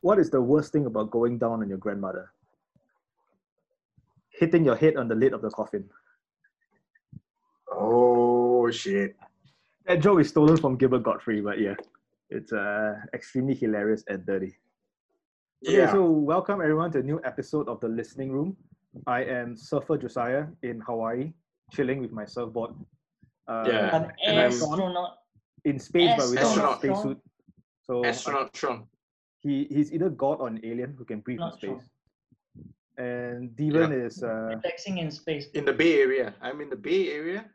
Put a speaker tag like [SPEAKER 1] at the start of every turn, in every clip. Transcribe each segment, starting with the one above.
[SPEAKER 1] what is the worst thing about going down on your grandmother? Hitting your head on the lid of the coffin.
[SPEAKER 2] Oh shit.
[SPEAKER 1] That joke is stolen from Gilbert Godfrey, but yeah, it's uh, extremely hilarious and dirty. Okay,
[SPEAKER 2] Yeah.
[SPEAKER 1] so welcome everyone to a new episode of The Listening Room. I am Surfer Josiah in Hawaii, chilling with my surfboard. Uh,
[SPEAKER 2] Yeah.
[SPEAKER 3] An
[SPEAKER 2] And I'm-
[SPEAKER 3] astronaut.
[SPEAKER 1] In space, but without a
[SPEAKER 2] Astronaut.
[SPEAKER 1] spacesuit. So uh,
[SPEAKER 2] Astronaut Sean.
[SPEAKER 1] he, he's either God or an alien who can breathe in
[SPEAKER 3] Not
[SPEAKER 1] space.
[SPEAKER 3] sure.
[SPEAKER 1] And Devon is uh,
[SPEAKER 3] Relaxing in space.
[SPEAKER 2] In the Bay Area. I'm in the Bay Area.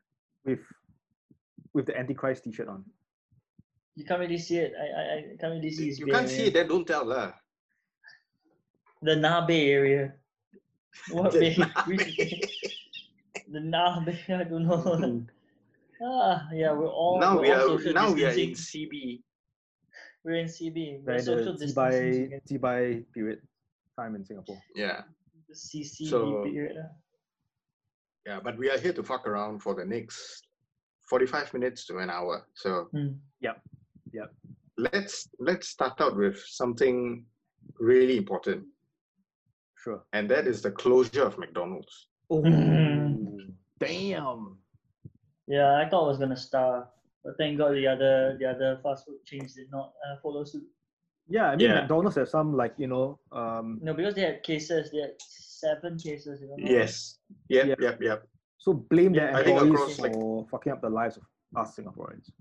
[SPEAKER 1] with with the Antichrist t-shirt on.
[SPEAKER 3] You can't really see it. I, I, I can't really see his
[SPEAKER 2] You
[SPEAKER 3] Bay
[SPEAKER 2] can't
[SPEAKER 3] area.
[SPEAKER 2] see it, then don't tell lah.
[SPEAKER 3] The Na Bay area. What
[SPEAKER 2] The
[SPEAKER 3] bay?
[SPEAKER 2] Na
[SPEAKER 3] Which
[SPEAKER 2] Bay.
[SPEAKER 3] bay? The Na Bay. I don't know. ah, yeah, we're all
[SPEAKER 2] now
[SPEAKER 3] we're
[SPEAKER 2] we
[SPEAKER 3] all
[SPEAKER 2] are
[SPEAKER 3] social
[SPEAKER 2] now we are in
[SPEAKER 3] distancing.
[SPEAKER 2] CB.
[SPEAKER 3] we're in CB. We're
[SPEAKER 1] Right,
[SPEAKER 3] social
[SPEAKER 1] the
[SPEAKER 3] distancing.
[SPEAKER 1] T-Bai,
[SPEAKER 3] again.
[SPEAKER 1] T-Bai period time in Singapore.
[SPEAKER 2] Yeah.
[SPEAKER 3] The CCB
[SPEAKER 2] So-
[SPEAKER 3] period. ah.
[SPEAKER 2] Yeah. But we are here to fuck around for the next forty-five minutes to an hour. So
[SPEAKER 3] Hmm.
[SPEAKER 2] let's let's start out with something really important.
[SPEAKER 1] Sure.
[SPEAKER 2] And that is the closure of McDonald's.
[SPEAKER 1] Oh,
[SPEAKER 3] Mm.
[SPEAKER 1] damn.
[SPEAKER 3] Yeah, I thought I was gonna starve, but thank God the other the other fast food chains did not uh, follow suit.
[SPEAKER 1] Yeah, I mean
[SPEAKER 2] Yeah.
[SPEAKER 1] McDonald's have some like you know, um,
[SPEAKER 3] No, because they had cases. They had seven cases. If I'm not
[SPEAKER 2] Yes. Yep,
[SPEAKER 1] Yeah.
[SPEAKER 2] yep, yep.
[SPEAKER 1] so blame
[SPEAKER 3] Yeah,
[SPEAKER 1] their
[SPEAKER 3] I think
[SPEAKER 1] employees
[SPEAKER 2] across, like-
[SPEAKER 1] for fucking up the lives of us Singaporeans.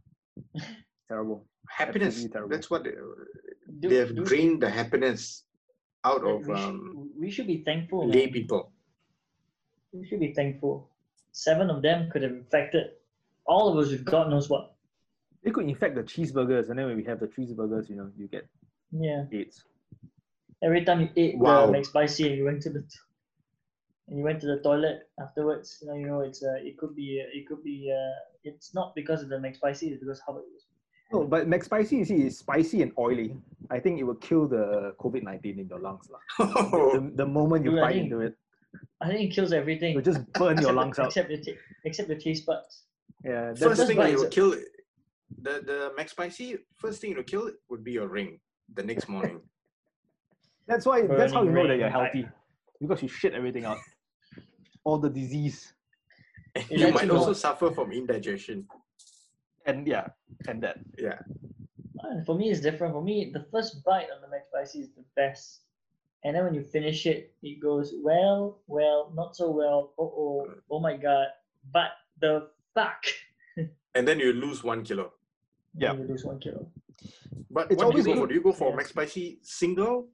[SPEAKER 1] Terrible.
[SPEAKER 2] Happiness.
[SPEAKER 1] Absolutely terrible.
[SPEAKER 2] That's what they,
[SPEAKER 3] wrong. Do-
[SPEAKER 2] they have
[SPEAKER 3] do-
[SPEAKER 2] drained the happiness out
[SPEAKER 3] Like,
[SPEAKER 2] of
[SPEAKER 3] we,
[SPEAKER 2] um,
[SPEAKER 3] should, we should be thankful.
[SPEAKER 2] lay
[SPEAKER 3] man.
[SPEAKER 2] people.
[SPEAKER 3] We should be thankful. Seven of them could have infected all of us with God knows what.
[SPEAKER 1] They could infect the cheeseburgers, and then when we have the cheeseburgers, you know, you get
[SPEAKER 3] Yeah.
[SPEAKER 1] AIDS.
[SPEAKER 3] Every time you ate
[SPEAKER 2] Wow.
[SPEAKER 3] the McSpicy and you went to the to- and you went to the toilet afterwards, you know, you know it's uh, it could be uh, it could be uh, it's not because of the McSpicy, it's because how about you?
[SPEAKER 1] No, but McSpicy, you see, is spicy and oily. I think it will kill the COVID nineteen in your lungs, lah.
[SPEAKER 2] Oh.
[SPEAKER 1] The, the moment you
[SPEAKER 3] Dude, I
[SPEAKER 1] bite
[SPEAKER 3] think-
[SPEAKER 1] into it,
[SPEAKER 3] I think it kills
[SPEAKER 1] it
[SPEAKER 3] everything.
[SPEAKER 1] will just burn your
[SPEAKER 3] except,
[SPEAKER 1] lungs
[SPEAKER 3] the,
[SPEAKER 1] out.
[SPEAKER 3] except the ta- except the taste buds.
[SPEAKER 1] Yeah, that's
[SPEAKER 2] first
[SPEAKER 3] just
[SPEAKER 2] thing
[SPEAKER 3] why
[SPEAKER 2] that
[SPEAKER 3] it's
[SPEAKER 2] will
[SPEAKER 3] a-
[SPEAKER 2] kill the the McSpicy. First thing it'll kill would be your ring the next morning.
[SPEAKER 1] That's why. That's how you
[SPEAKER 3] Burning
[SPEAKER 1] know that you're
[SPEAKER 3] ring, like-
[SPEAKER 1] healthy, because you shit everything out, all the disease,
[SPEAKER 2] And
[SPEAKER 3] It
[SPEAKER 2] you
[SPEAKER 3] actually
[SPEAKER 2] might also
[SPEAKER 3] not-
[SPEAKER 2] suffer from indigestion.
[SPEAKER 1] and yeah, and that.
[SPEAKER 3] Uh, For me, it's different. For me, the first bite on the McSpicy is the best. And then when you finish it, it goes well, well, not so well. Oh, oh, oh my God. But the fuck.
[SPEAKER 2] And then you lose one kilo.
[SPEAKER 1] Yeah.
[SPEAKER 3] You lose one kilo.
[SPEAKER 2] But
[SPEAKER 1] It's
[SPEAKER 2] what do you
[SPEAKER 1] always
[SPEAKER 2] go
[SPEAKER 1] good.
[SPEAKER 2] for? Do you go for
[SPEAKER 3] Yeah.
[SPEAKER 2] McSpicy single,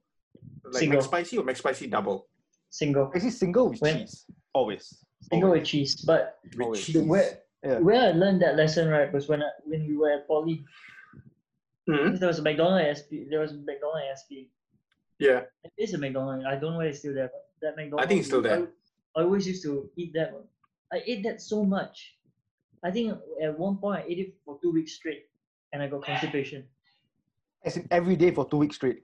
[SPEAKER 2] like
[SPEAKER 3] Single.
[SPEAKER 2] McSpicy or McSpicy double
[SPEAKER 3] Single.
[SPEAKER 1] Actually, single with
[SPEAKER 3] When-
[SPEAKER 1] cheese always.
[SPEAKER 3] Single with cheese. But
[SPEAKER 2] with
[SPEAKER 1] Always.
[SPEAKER 2] cheese?
[SPEAKER 3] where,
[SPEAKER 1] Yeah.
[SPEAKER 3] where I learned that lesson, right, was when I, when we were at Poly.
[SPEAKER 2] Mhm.
[SPEAKER 3] There was a McDonald's SP. There was a McDonald's SP.
[SPEAKER 2] Yeah,
[SPEAKER 3] It is a McDonald's. I don't know whether it's still there, but that McDonald's.
[SPEAKER 2] I think it's still there.
[SPEAKER 3] I always used to eat that. one. I ate that so much. I think at one point I ate it for two weeks straight, and I got constipation
[SPEAKER 1] As in every day for two weeks straight.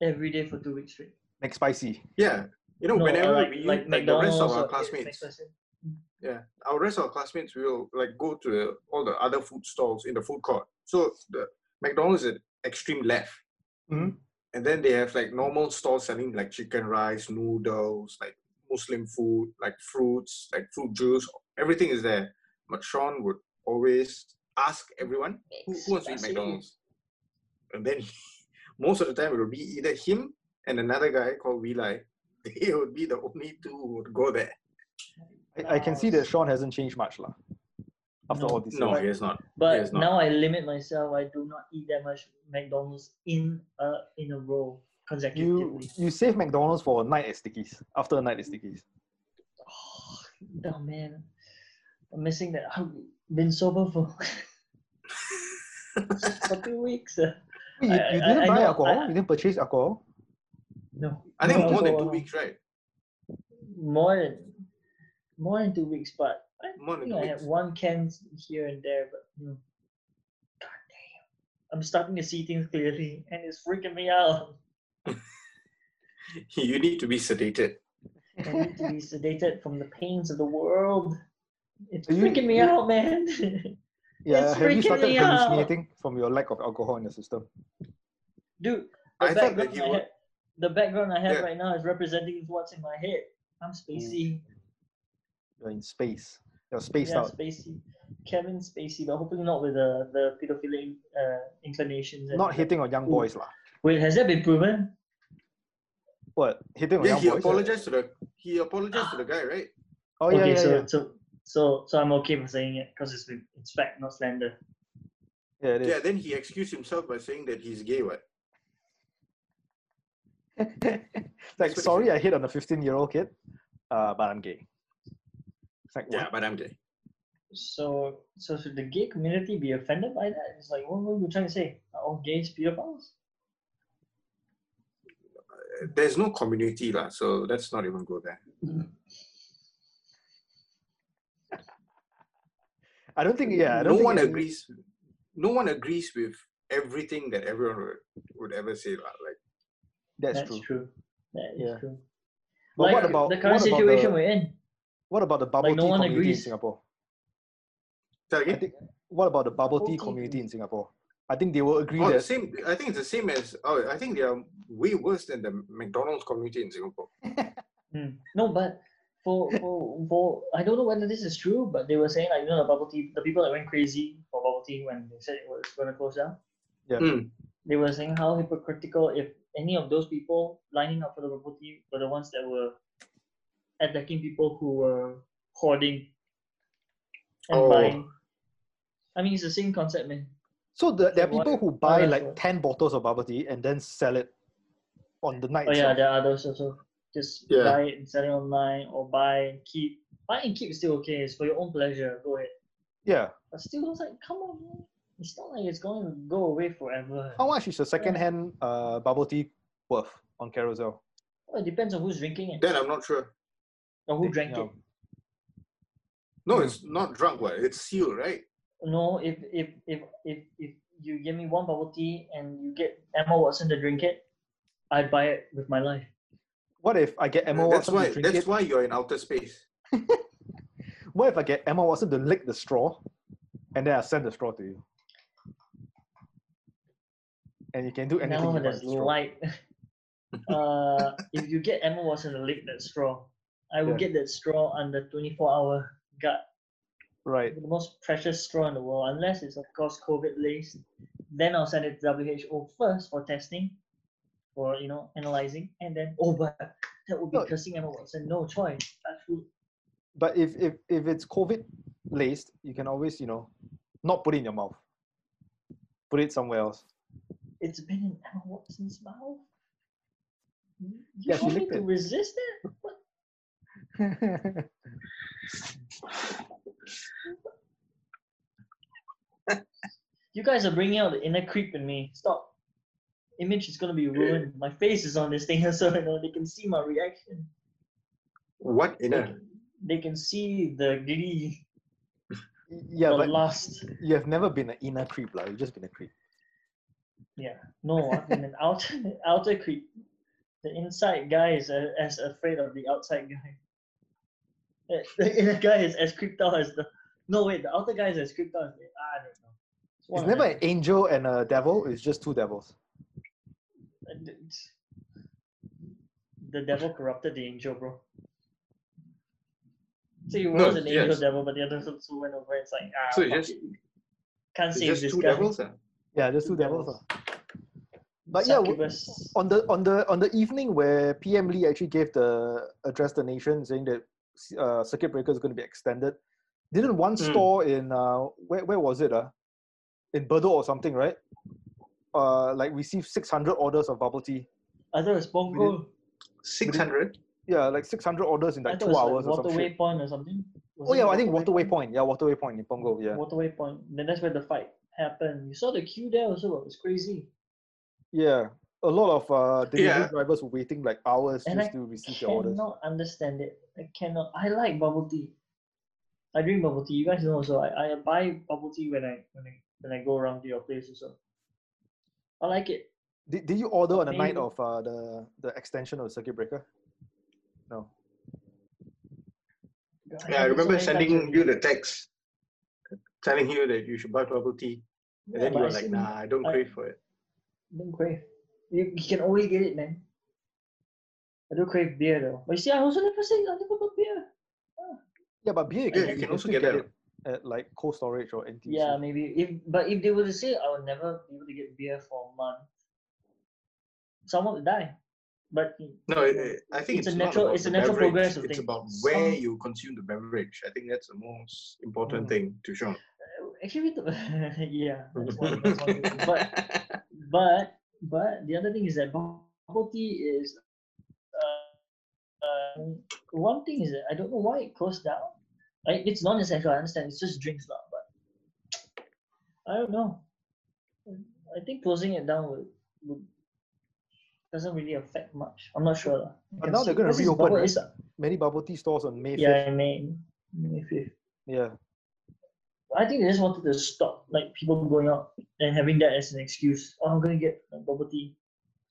[SPEAKER 3] every day for two weeks straight.
[SPEAKER 1] Like spicy.
[SPEAKER 2] yeah. You know,
[SPEAKER 3] No, I
[SPEAKER 2] whenever
[SPEAKER 3] like,
[SPEAKER 2] we
[SPEAKER 3] like,
[SPEAKER 2] like the rest of
[SPEAKER 3] McDonald's
[SPEAKER 2] our
[SPEAKER 3] or it's
[SPEAKER 2] classmates,
[SPEAKER 3] McSpicy.
[SPEAKER 2] our rest of our classmates will like go to the, all the other food stalls in the food court. So the McDonald's is at extreme left, Mm-hmm.
[SPEAKER 1] Mhm.
[SPEAKER 2] and then they have like normal stalls selling like chicken rice, noodles, like Muslim food, like fruits, like fruit juice. Everything is there. But Sean would always ask everyone who, who wants to eat
[SPEAKER 3] Spicy.
[SPEAKER 2] McDonald's, and then most of the time it would be either him and another guy called Wilai. They would be the only two who would go there.
[SPEAKER 1] I, I can see that Sean hasn't changed much, lah. After
[SPEAKER 3] No.
[SPEAKER 1] all this,
[SPEAKER 2] No, he is not.
[SPEAKER 3] But
[SPEAKER 2] Yes, no.
[SPEAKER 3] now I limit myself. I do not eat that much McDonald's in a in a row
[SPEAKER 1] you
[SPEAKER 3] consecutively.
[SPEAKER 1] you save McDonald's for a night at Stickies. After a night at Stickies,
[SPEAKER 3] Oh, damn man, I'm missing that. I've been sober for for two weeks. uh,
[SPEAKER 1] Wait, you,
[SPEAKER 3] I-
[SPEAKER 1] you
[SPEAKER 3] I-
[SPEAKER 1] didn't
[SPEAKER 3] I
[SPEAKER 1] buy
[SPEAKER 3] know,
[SPEAKER 1] alcohol.
[SPEAKER 3] I-
[SPEAKER 1] you didn't purchase alcohol.
[SPEAKER 3] No,
[SPEAKER 2] I think
[SPEAKER 3] no,
[SPEAKER 2] more than
[SPEAKER 3] no,
[SPEAKER 2] two
[SPEAKER 1] uh,
[SPEAKER 3] no.
[SPEAKER 2] weeks, right?
[SPEAKER 3] more than more than two weeks, but I
[SPEAKER 2] More than
[SPEAKER 3] think
[SPEAKER 2] two
[SPEAKER 3] I
[SPEAKER 2] weeks.
[SPEAKER 3] had one can here and there, but mm, god damn, I'm starting to see things clearly, and it's freaking me out.
[SPEAKER 2] You need to be sedated.
[SPEAKER 3] I need to be sedated from the pains of the world. It's
[SPEAKER 1] Are you-
[SPEAKER 3] freaking me
[SPEAKER 1] you-
[SPEAKER 3] out, man.
[SPEAKER 1] Yeah,
[SPEAKER 3] It's
[SPEAKER 1] have you
[SPEAKER 3] freaking
[SPEAKER 1] started
[SPEAKER 3] me out.
[SPEAKER 1] hallucinating from your lack of alcohol in your system?
[SPEAKER 3] Dude,
[SPEAKER 2] I
[SPEAKER 3] the
[SPEAKER 2] thought that
[SPEAKER 3] background
[SPEAKER 2] he
[SPEAKER 3] I
[SPEAKER 2] would.
[SPEAKER 3] had- the background I have
[SPEAKER 2] Yeah.
[SPEAKER 3] right now is representing what's in my head. I'm spacey.
[SPEAKER 1] You're in space. You're Mm. spaced
[SPEAKER 3] yeah,
[SPEAKER 1] out.
[SPEAKER 3] spacey. Kevin Spacey, but hopefully not with the the pedophilic uh, inclinations. and-
[SPEAKER 1] Not hitting on young
[SPEAKER 3] Ooh.
[SPEAKER 1] boys, lah.
[SPEAKER 3] Wait, has that been proven?
[SPEAKER 1] What? Hitting on
[SPEAKER 2] Yeah,
[SPEAKER 1] young
[SPEAKER 2] he uh,
[SPEAKER 1] boys?
[SPEAKER 2] apologized to the he apologized to
[SPEAKER 1] Ah,
[SPEAKER 2] the guy, right?
[SPEAKER 1] Oh, yeah,
[SPEAKER 3] okay,
[SPEAKER 1] yeah,
[SPEAKER 3] so
[SPEAKER 1] yeah.
[SPEAKER 3] so so so I'm okay for saying it because it's been it's fact, not slander.
[SPEAKER 1] Yeah, it is.
[SPEAKER 2] Yeah, then he excused himself by saying that he's gay, what?
[SPEAKER 1] It's like,
[SPEAKER 2] what he
[SPEAKER 1] sorry, I hit on a 15 year old kid, uh, but I'm gay. It's like,
[SPEAKER 2] Yeah,
[SPEAKER 1] what?
[SPEAKER 2] but I'm gay.
[SPEAKER 3] So so should the gay community be offended by that? It's like what were you trying to say? Are all gays pedophiles?
[SPEAKER 2] Uh, There's no community, lah, so let's not even go there.
[SPEAKER 1] I don't think, yeah. I
[SPEAKER 2] no
[SPEAKER 1] don't think
[SPEAKER 2] one
[SPEAKER 1] it's-
[SPEAKER 2] agrees. No one agrees with everything that everyone would, would ever say, lah. Like,
[SPEAKER 1] That's,
[SPEAKER 3] That's,
[SPEAKER 1] true.
[SPEAKER 3] true. That is
[SPEAKER 1] Yeah.
[SPEAKER 3] true.
[SPEAKER 1] But
[SPEAKER 3] like
[SPEAKER 1] what about
[SPEAKER 3] the current
[SPEAKER 1] what about
[SPEAKER 3] situation
[SPEAKER 1] the-
[SPEAKER 3] we're in?
[SPEAKER 1] What about the bubble
[SPEAKER 3] no
[SPEAKER 1] tea
[SPEAKER 3] one
[SPEAKER 1] community in
[SPEAKER 3] agrees.
[SPEAKER 1] Singapore?
[SPEAKER 2] tell
[SPEAKER 1] I
[SPEAKER 2] again.
[SPEAKER 1] think, what about the bubble
[SPEAKER 3] Bubble
[SPEAKER 1] tea
[SPEAKER 3] tea
[SPEAKER 1] community in Singapore? I think they will agree
[SPEAKER 2] Oh, the
[SPEAKER 1] that
[SPEAKER 2] same. I think it's the same as. Oh, I think they are way worse than the McDonald's community in Singapore.
[SPEAKER 3] Mm. No, but for for for I don't know whether this is true, but they were saying like you know the bubble tea, the people that went crazy for bubble tea when they said it was gonna close down.
[SPEAKER 1] Yeah.
[SPEAKER 2] Mm.
[SPEAKER 3] They were saying how hypocritical if any of those people lining up for the bubble tea were the ones that were attacking people who were hoarding and
[SPEAKER 2] Oh.
[SPEAKER 3] buying. I mean, it's the same concept, man.
[SPEAKER 1] so the, there are
[SPEAKER 3] So what-
[SPEAKER 1] people who
[SPEAKER 3] what
[SPEAKER 1] buy
[SPEAKER 3] else
[SPEAKER 1] like
[SPEAKER 3] was-
[SPEAKER 1] ten bottles of bubble tea and then sell it on the night.
[SPEAKER 3] Oh yeah,
[SPEAKER 1] itself.
[SPEAKER 3] there are those also. Just
[SPEAKER 2] Yeah.
[SPEAKER 3] buy it and sell it online, or buy and keep. Buy and keep is still okay. It's for your own pleasure. Go ahead.
[SPEAKER 1] yeah.
[SPEAKER 3] But still, it's like, come on, man. It's not like it's going to go away forever.
[SPEAKER 1] How much is a secondhand uh, bubble tea worth on Carousel?
[SPEAKER 3] Well, it depends on who's drinking it
[SPEAKER 2] Then I'm not sure.
[SPEAKER 3] or who drank
[SPEAKER 1] Yeah.
[SPEAKER 3] it.
[SPEAKER 2] No,
[SPEAKER 1] Mm.
[SPEAKER 2] it's not drunk. What? It's sealed, right?
[SPEAKER 3] No, if if if if if you give me one bubble tea and you get Emma Watson to drink it, I'd buy it with my life.
[SPEAKER 1] What if I get Emma
[SPEAKER 2] that's
[SPEAKER 1] Watson
[SPEAKER 2] why.
[SPEAKER 1] to drink it?
[SPEAKER 2] That's why you're in outer space.
[SPEAKER 1] What if I get Emma Watson to lick the straw, and then I send the straw to you, and you can do anything
[SPEAKER 3] Now
[SPEAKER 1] you want
[SPEAKER 3] there's
[SPEAKER 1] with the straw.
[SPEAKER 3] light. uh, if you get Emma Watson to lick that straw, I will
[SPEAKER 1] Yeah.
[SPEAKER 3] get that straw under 24 hour gut.
[SPEAKER 1] Right.
[SPEAKER 3] The most precious straw in the world, unless it's of course COVID laced. Then I'll send it to WHO first for testing, for you know analyzing, and then oh, but that would be
[SPEAKER 1] No.
[SPEAKER 3] cursing Emma Watson. No choice. Touch wood.
[SPEAKER 1] But if if if it's COVID laced, you can always you know not put it in your mouth. Put it somewhere else.
[SPEAKER 3] It's been in Emma Watson's mouth. You
[SPEAKER 1] Yeah, she
[SPEAKER 3] want me
[SPEAKER 1] licked
[SPEAKER 3] to
[SPEAKER 1] it.
[SPEAKER 3] resist it? You guys are bringing out the inner creep in me. Stop. Image is gonna be ruined. My face is on this thing, so you know they can see my reaction.
[SPEAKER 2] What in
[SPEAKER 3] They
[SPEAKER 2] a?
[SPEAKER 3] can, they can see the glee,
[SPEAKER 1] yeah,
[SPEAKER 3] the
[SPEAKER 1] but
[SPEAKER 3] lust.
[SPEAKER 1] you have never been an inner creep, like you've just been a creep.
[SPEAKER 3] Yeah, no, I've been an outer outer creep. The inside guy is a, as afraid of the outside guy. The- The inner guy is as creeped out as the. No wait, the outer guy is as creeped out as the. I don't know.
[SPEAKER 1] It's
[SPEAKER 3] one
[SPEAKER 1] never
[SPEAKER 3] of
[SPEAKER 1] an angel and a devil. It's just two devils.
[SPEAKER 3] them. The devil corrupted the angel, bro. So he
[SPEAKER 2] No,
[SPEAKER 3] was an angel
[SPEAKER 2] yes.
[SPEAKER 3] devil, but the other two went over. It's like ah,
[SPEAKER 2] So it's
[SPEAKER 3] fuck
[SPEAKER 2] just
[SPEAKER 3] it. can't
[SPEAKER 2] it's
[SPEAKER 3] save
[SPEAKER 2] just
[SPEAKER 3] this
[SPEAKER 2] two
[SPEAKER 3] guy.
[SPEAKER 2] devils. ah?
[SPEAKER 1] Yeah, just two,
[SPEAKER 3] Two
[SPEAKER 1] devils.
[SPEAKER 3] devils.
[SPEAKER 1] ah. But yeah, w-
[SPEAKER 3] Succubus.
[SPEAKER 1] on the on the on the evening where PM Lee actually gave the address the nation saying that uh, circuit breaker is going to be extended, didn't one
[SPEAKER 2] Mm.
[SPEAKER 1] store in uh, where where was it? Uh, in Bedok or something, right? Uh, like received six hundred orders of bubble tea.
[SPEAKER 3] I thought it was Bongo.
[SPEAKER 2] Six hundred.
[SPEAKER 1] Yeah, like six hundred orders in
[SPEAKER 3] I
[SPEAKER 1] like
[SPEAKER 3] thought
[SPEAKER 1] two
[SPEAKER 3] it was
[SPEAKER 1] hours
[SPEAKER 3] like
[SPEAKER 1] or something.
[SPEAKER 3] Waterway Point or something.
[SPEAKER 1] Oh
[SPEAKER 3] Wasn't
[SPEAKER 1] yeah,
[SPEAKER 3] it
[SPEAKER 1] I think Waterway
[SPEAKER 3] Point?
[SPEAKER 1] Point. Yeah, Waterway Point in Punggol. Yeah,
[SPEAKER 3] Waterway Point. Then that's where the fight happened. You saw the queue there also. It was crazy.
[SPEAKER 1] yeah. A lot of uh, delivery
[SPEAKER 2] Yeah.
[SPEAKER 1] drivers were waiting like hours
[SPEAKER 3] And
[SPEAKER 1] just
[SPEAKER 3] I
[SPEAKER 1] to receive their orders.
[SPEAKER 3] Cannot understand it. I cannot. I like bubble tea. I drink bubble tea. You guys know so I, I buy bubble tea when I when I when I go around to your place or so. I like it.
[SPEAKER 1] Did, did you order on the night
[SPEAKER 3] Maybe.
[SPEAKER 1] of uh, the the extension of the circuit breaker? No.
[SPEAKER 2] Yeah, I
[SPEAKER 3] had it so
[SPEAKER 2] remember
[SPEAKER 3] many times
[SPEAKER 2] sending
[SPEAKER 3] already.
[SPEAKER 2] you the text, telling you that you should buy bubble tea, and
[SPEAKER 3] Yeah,
[SPEAKER 2] then you
[SPEAKER 3] but
[SPEAKER 2] were
[SPEAKER 3] I
[SPEAKER 2] like,
[SPEAKER 3] still
[SPEAKER 2] "Nah, I don't
[SPEAKER 3] I-
[SPEAKER 2] crave for it."
[SPEAKER 3] Don't crave. You, you can always get it, man. I do crave beer though. But you see, I also never say I never got beer.
[SPEAKER 1] Yeah, but beer, you
[SPEAKER 2] Yeah,
[SPEAKER 1] can,
[SPEAKER 2] you can also
[SPEAKER 1] still
[SPEAKER 2] get that.
[SPEAKER 1] it at like cold storage or NTUC.
[SPEAKER 3] Yeah, maybe if but if they were to say I will never be able to get beer for a month, someone would die. But
[SPEAKER 2] No, it, it- I think
[SPEAKER 3] It's
[SPEAKER 2] it's,
[SPEAKER 3] a
[SPEAKER 2] not
[SPEAKER 3] natural-
[SPEAKER 2] about
[SPEAKER 3] it's a
[SPEAKER 2] the
[SPEAKER 3] natural
[SPEAKER 2] beverage,
[SPEAKER 3] progress of
[SPEAKER 2] It's
[SPEAKER 3] things.
[SPEAKER 2] about where
[SPEAKER 3] Some-
[SPEAKER 2] you consume the beverage. I think that's the most important
[SPEAKER 1] Mm.
[SPEAKER 2] thing to Sean.
[SPEAKER 3] actually, we do- yeah, that's one, that's one reason. but but but the other thing is that bu- bubble tea is uh, uh, one thing is that I don't know why it goes down. Like it's non-essential. I understand. It's just drinks now, but I don't know. I think closing it down would, would doesn't really affect much. I'm not sure. lah.
[SPEAKER 1] But
[SPEAKER 3] I can
[SPEAKER 1] now
[SPEAKER 3] see-
[SPEAKER 1] they're gonna
[SPEAKER 3] because it's
[SPEAKER 1] reopen,
[SPEAKER 3] bubble-
[SPEAKER 1] right?
[SPEAKER 3] it's a-
[SPEAKER 1] Many bubble tea stores on May 5th.
[SPEAKER 3] Yeah, I mean, if you-
[SPEAKER 1] yeah.
[SPEAKER 3] I think they just wanted to stop like people going out and having that as an excuse. Oh, I'm gonna get like, bubble tea.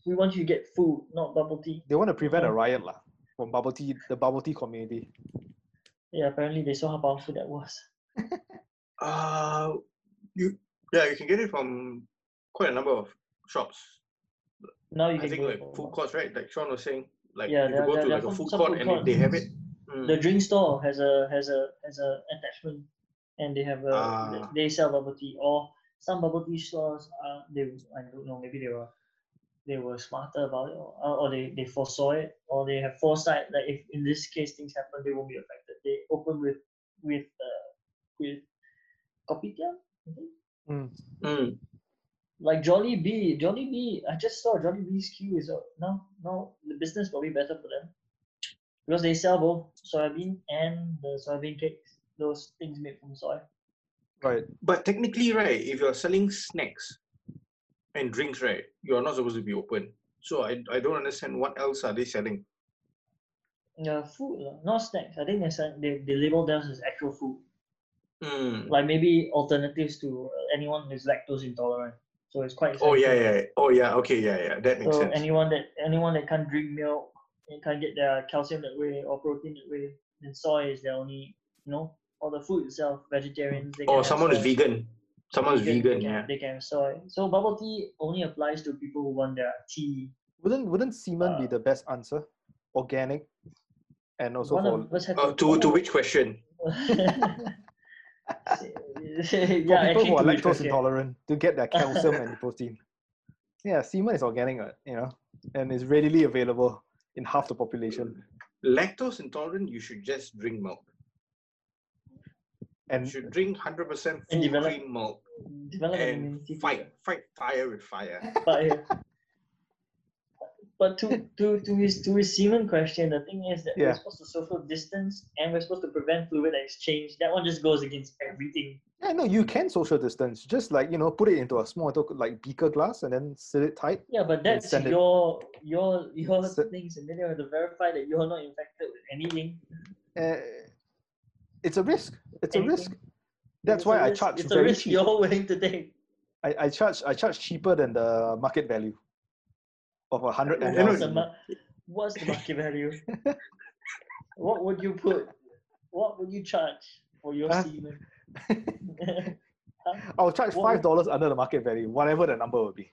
[SPEAKER 3] We want you to get food, not bubble tea.
[SPEAKER 1] They want to prevent a
[SPEAKER 3] Oh.
[SPEAKER 1] riot lah from bubble tea, the bubble tea community.
[SPEAKER 3] Yeah, apparently they saw how powerful that was.
[SPEAKER 2] Uh, you yeah, you can get it from quite a number of shops.
[SPEAKER 3] Now you
[SPEAKER 2] I
[SPEAKER 3] can
[SPEAKER 2] think
[SPEAKER 3] go
[SPEAKER 2] like
[SPEAKER 3] for-
[SPEAKER 2] food courts, right? Like Sean was saying, like
[SPEAKER 3] Yeah,
[SPEAKER 2] if
[SPEAKER 3] there-
[SPEAKER 2] you go
[SPEAKER 3] there-
[SPEAKER 2] to
[SPEAKER 3] there
[SPEAKER 2] like
[SPEAKER 3] are
[SPEAKER 2] a
[SPEAKER 3] some-
[SPEAKER 2] food
[SPEAKER 3] some
[SPEAKER 2] court
[SPEAKER 3] food
[SPEAKER 2] and if they have it, mm,
[SPEAKER 3] The drink store has a has a has a attachment, and they have a they-
[SPEAKER 2] Ah.
[SPEAKER 3] they sell bubble tea or some bubble tea stores. Uh, they I don't know. Maybe they were they were smarter about it, or, or- or they they foresaw it, or they have foresight that if in this case things happen, they won't be affected. They open with with uh, with kopitiam. I think.
[SPEAKER 1] Mm.
[SPEAKER 2] mm,
[SPEAKER 3] Like Jolly B, Jolly B. I just saw Jolly B's queue is out. No, no, the business will be better for them because they sell both soybean and the soybean cakes, those things made from soy.
[SPEAKER 1] Right.
[SPEAKER 2] But technically, right, if you're selling snacks and drinks, right, you're not supposed to be open. So I, I don't understand what else are they selling.
[SPEAKER 3] Yeah, food, lah, not snacks. I think they sell- they they label them as actual food,
[SPEAKER 2] Mm.
[SPEAKER 3] like maybe alternatives to uh, anyone who's lactose intolerant. So it's quite.
[SPEAKER 2] Oh yeah,
[SPEAKER 3] essential.
[SPEAKER 2] yeah. Oh yeah. Okay, yeah, yeah. That makes
[SPEAKER 3] So
[SPEAKER 2] sense.
[SPEAKER 3] anyone that anyone that can't drink milk and can't get their calcium that way or protein that way, then soy is their only you know. Or the food itself, vegetarians. They can
[SPEAKER 2] Or
[SPEAKER 3] have
[SPEAKER 2] Oh, someone is
[SPEAKER 3] soy.
[SPEAKER 2] vegan. Someone's
[SPEAKER 3] They can-
[SPEAKER 2] vegan.
[SPEAKER 3] they can,
[SPEAKER 2] Yeah.
[SPEAKER 3] They can have soy. So bubble tea only applies to people who want their tea.
[SPEAKER 1] Wouldn't wouldn't semen be
[SPEAKER 3] Uh,
[SPEAKER 1] the best answer? Organic, and also
[SPEAKER 3] One
[SPEAKER 1] for
[SPEAKER 3] of us had
[SPEAKER 2] Uh, to to which question?
[SPEAKER 1] for
[SPEAKER 3] yeah,
[SPEAKER 1] people who are
[SPEAKER 3] actually,
[SPEAKER 1] lactose
[SPEAKER 3] to which question?
[SPEAKER 1] intolerant to get their calcium and protein. Yeah, semen is organic, uh, you know, and is readily available in half the population.
[SPEAKER 2] Lactose intolerant, you should just drink milk. You
[SPEAKER 1] And
[SPEAKER 2] should drink hundred percent
[SPEAKER 3] And
[SPEAKER 2] full
[SPEAKER 3] develop-
[SPEAKER 2] cream milk
[SPEAKER 3] Develop an
[SPEAKER 2] and
[SPEAKER 3] immunity to
[SPEAKER 2] fight fight fire with fire.
[SPEAKER 3] fire. But to, to, to his to his semen question, the thing is that
[SPEAKER 1] Yeah.
[SPEAKER 3] we're supposed to social distance and we're supposed to prevent fluid exchange. That one just goes against everything.
[SPEAKER 1] yeah, no, you can social distance. Just like you know, put it into a small little, like beaker glass and then seal it tight.
[SPEAKER 3] Yeah, but that's
[SPEAKER 1] send it-
[SPEAKER 3] your your your
[SPEAKER 1] Se-
[SPEAKER 3] things, and then you have to verify that you're not infected with anything.
[SPEAKER 1] Uh, it's a risk. It's a risk.
[SPEAKER 3] Anything.
[SPEAKER 1] That's
[SPEAKER 3] It's a
[SPEAKER 1] why I
[SPEAKER 3] risk-
[SPEAKER 1] charge
[SPEAKER 3] It's a
[SPEAKER 1] very
[SPEAKER 3] risk
[SPEAKER 1] cheap.
[SPEAKER 3] you're willing to take.
[SPEAKER 1] I, I charge I charge cheaper than the market value of a hundred
[SPEAKER 2] Yeah,
[SPEAKER 3] What's
[SPEAKER 2] no,
[SPEAKER 3] the,
[SPEAKER 1] ml.
[SPEAKER 3] mar- what's the market value? what would you put? What would you charge for your
[SPEAKER 1] Huh?
[SPEAKER 3] semen?
[SPEAKER 1] I'll charge
[SPEAKER 3] What-
[SPEAKER 1] five dollars under the market value, whatever the number will be.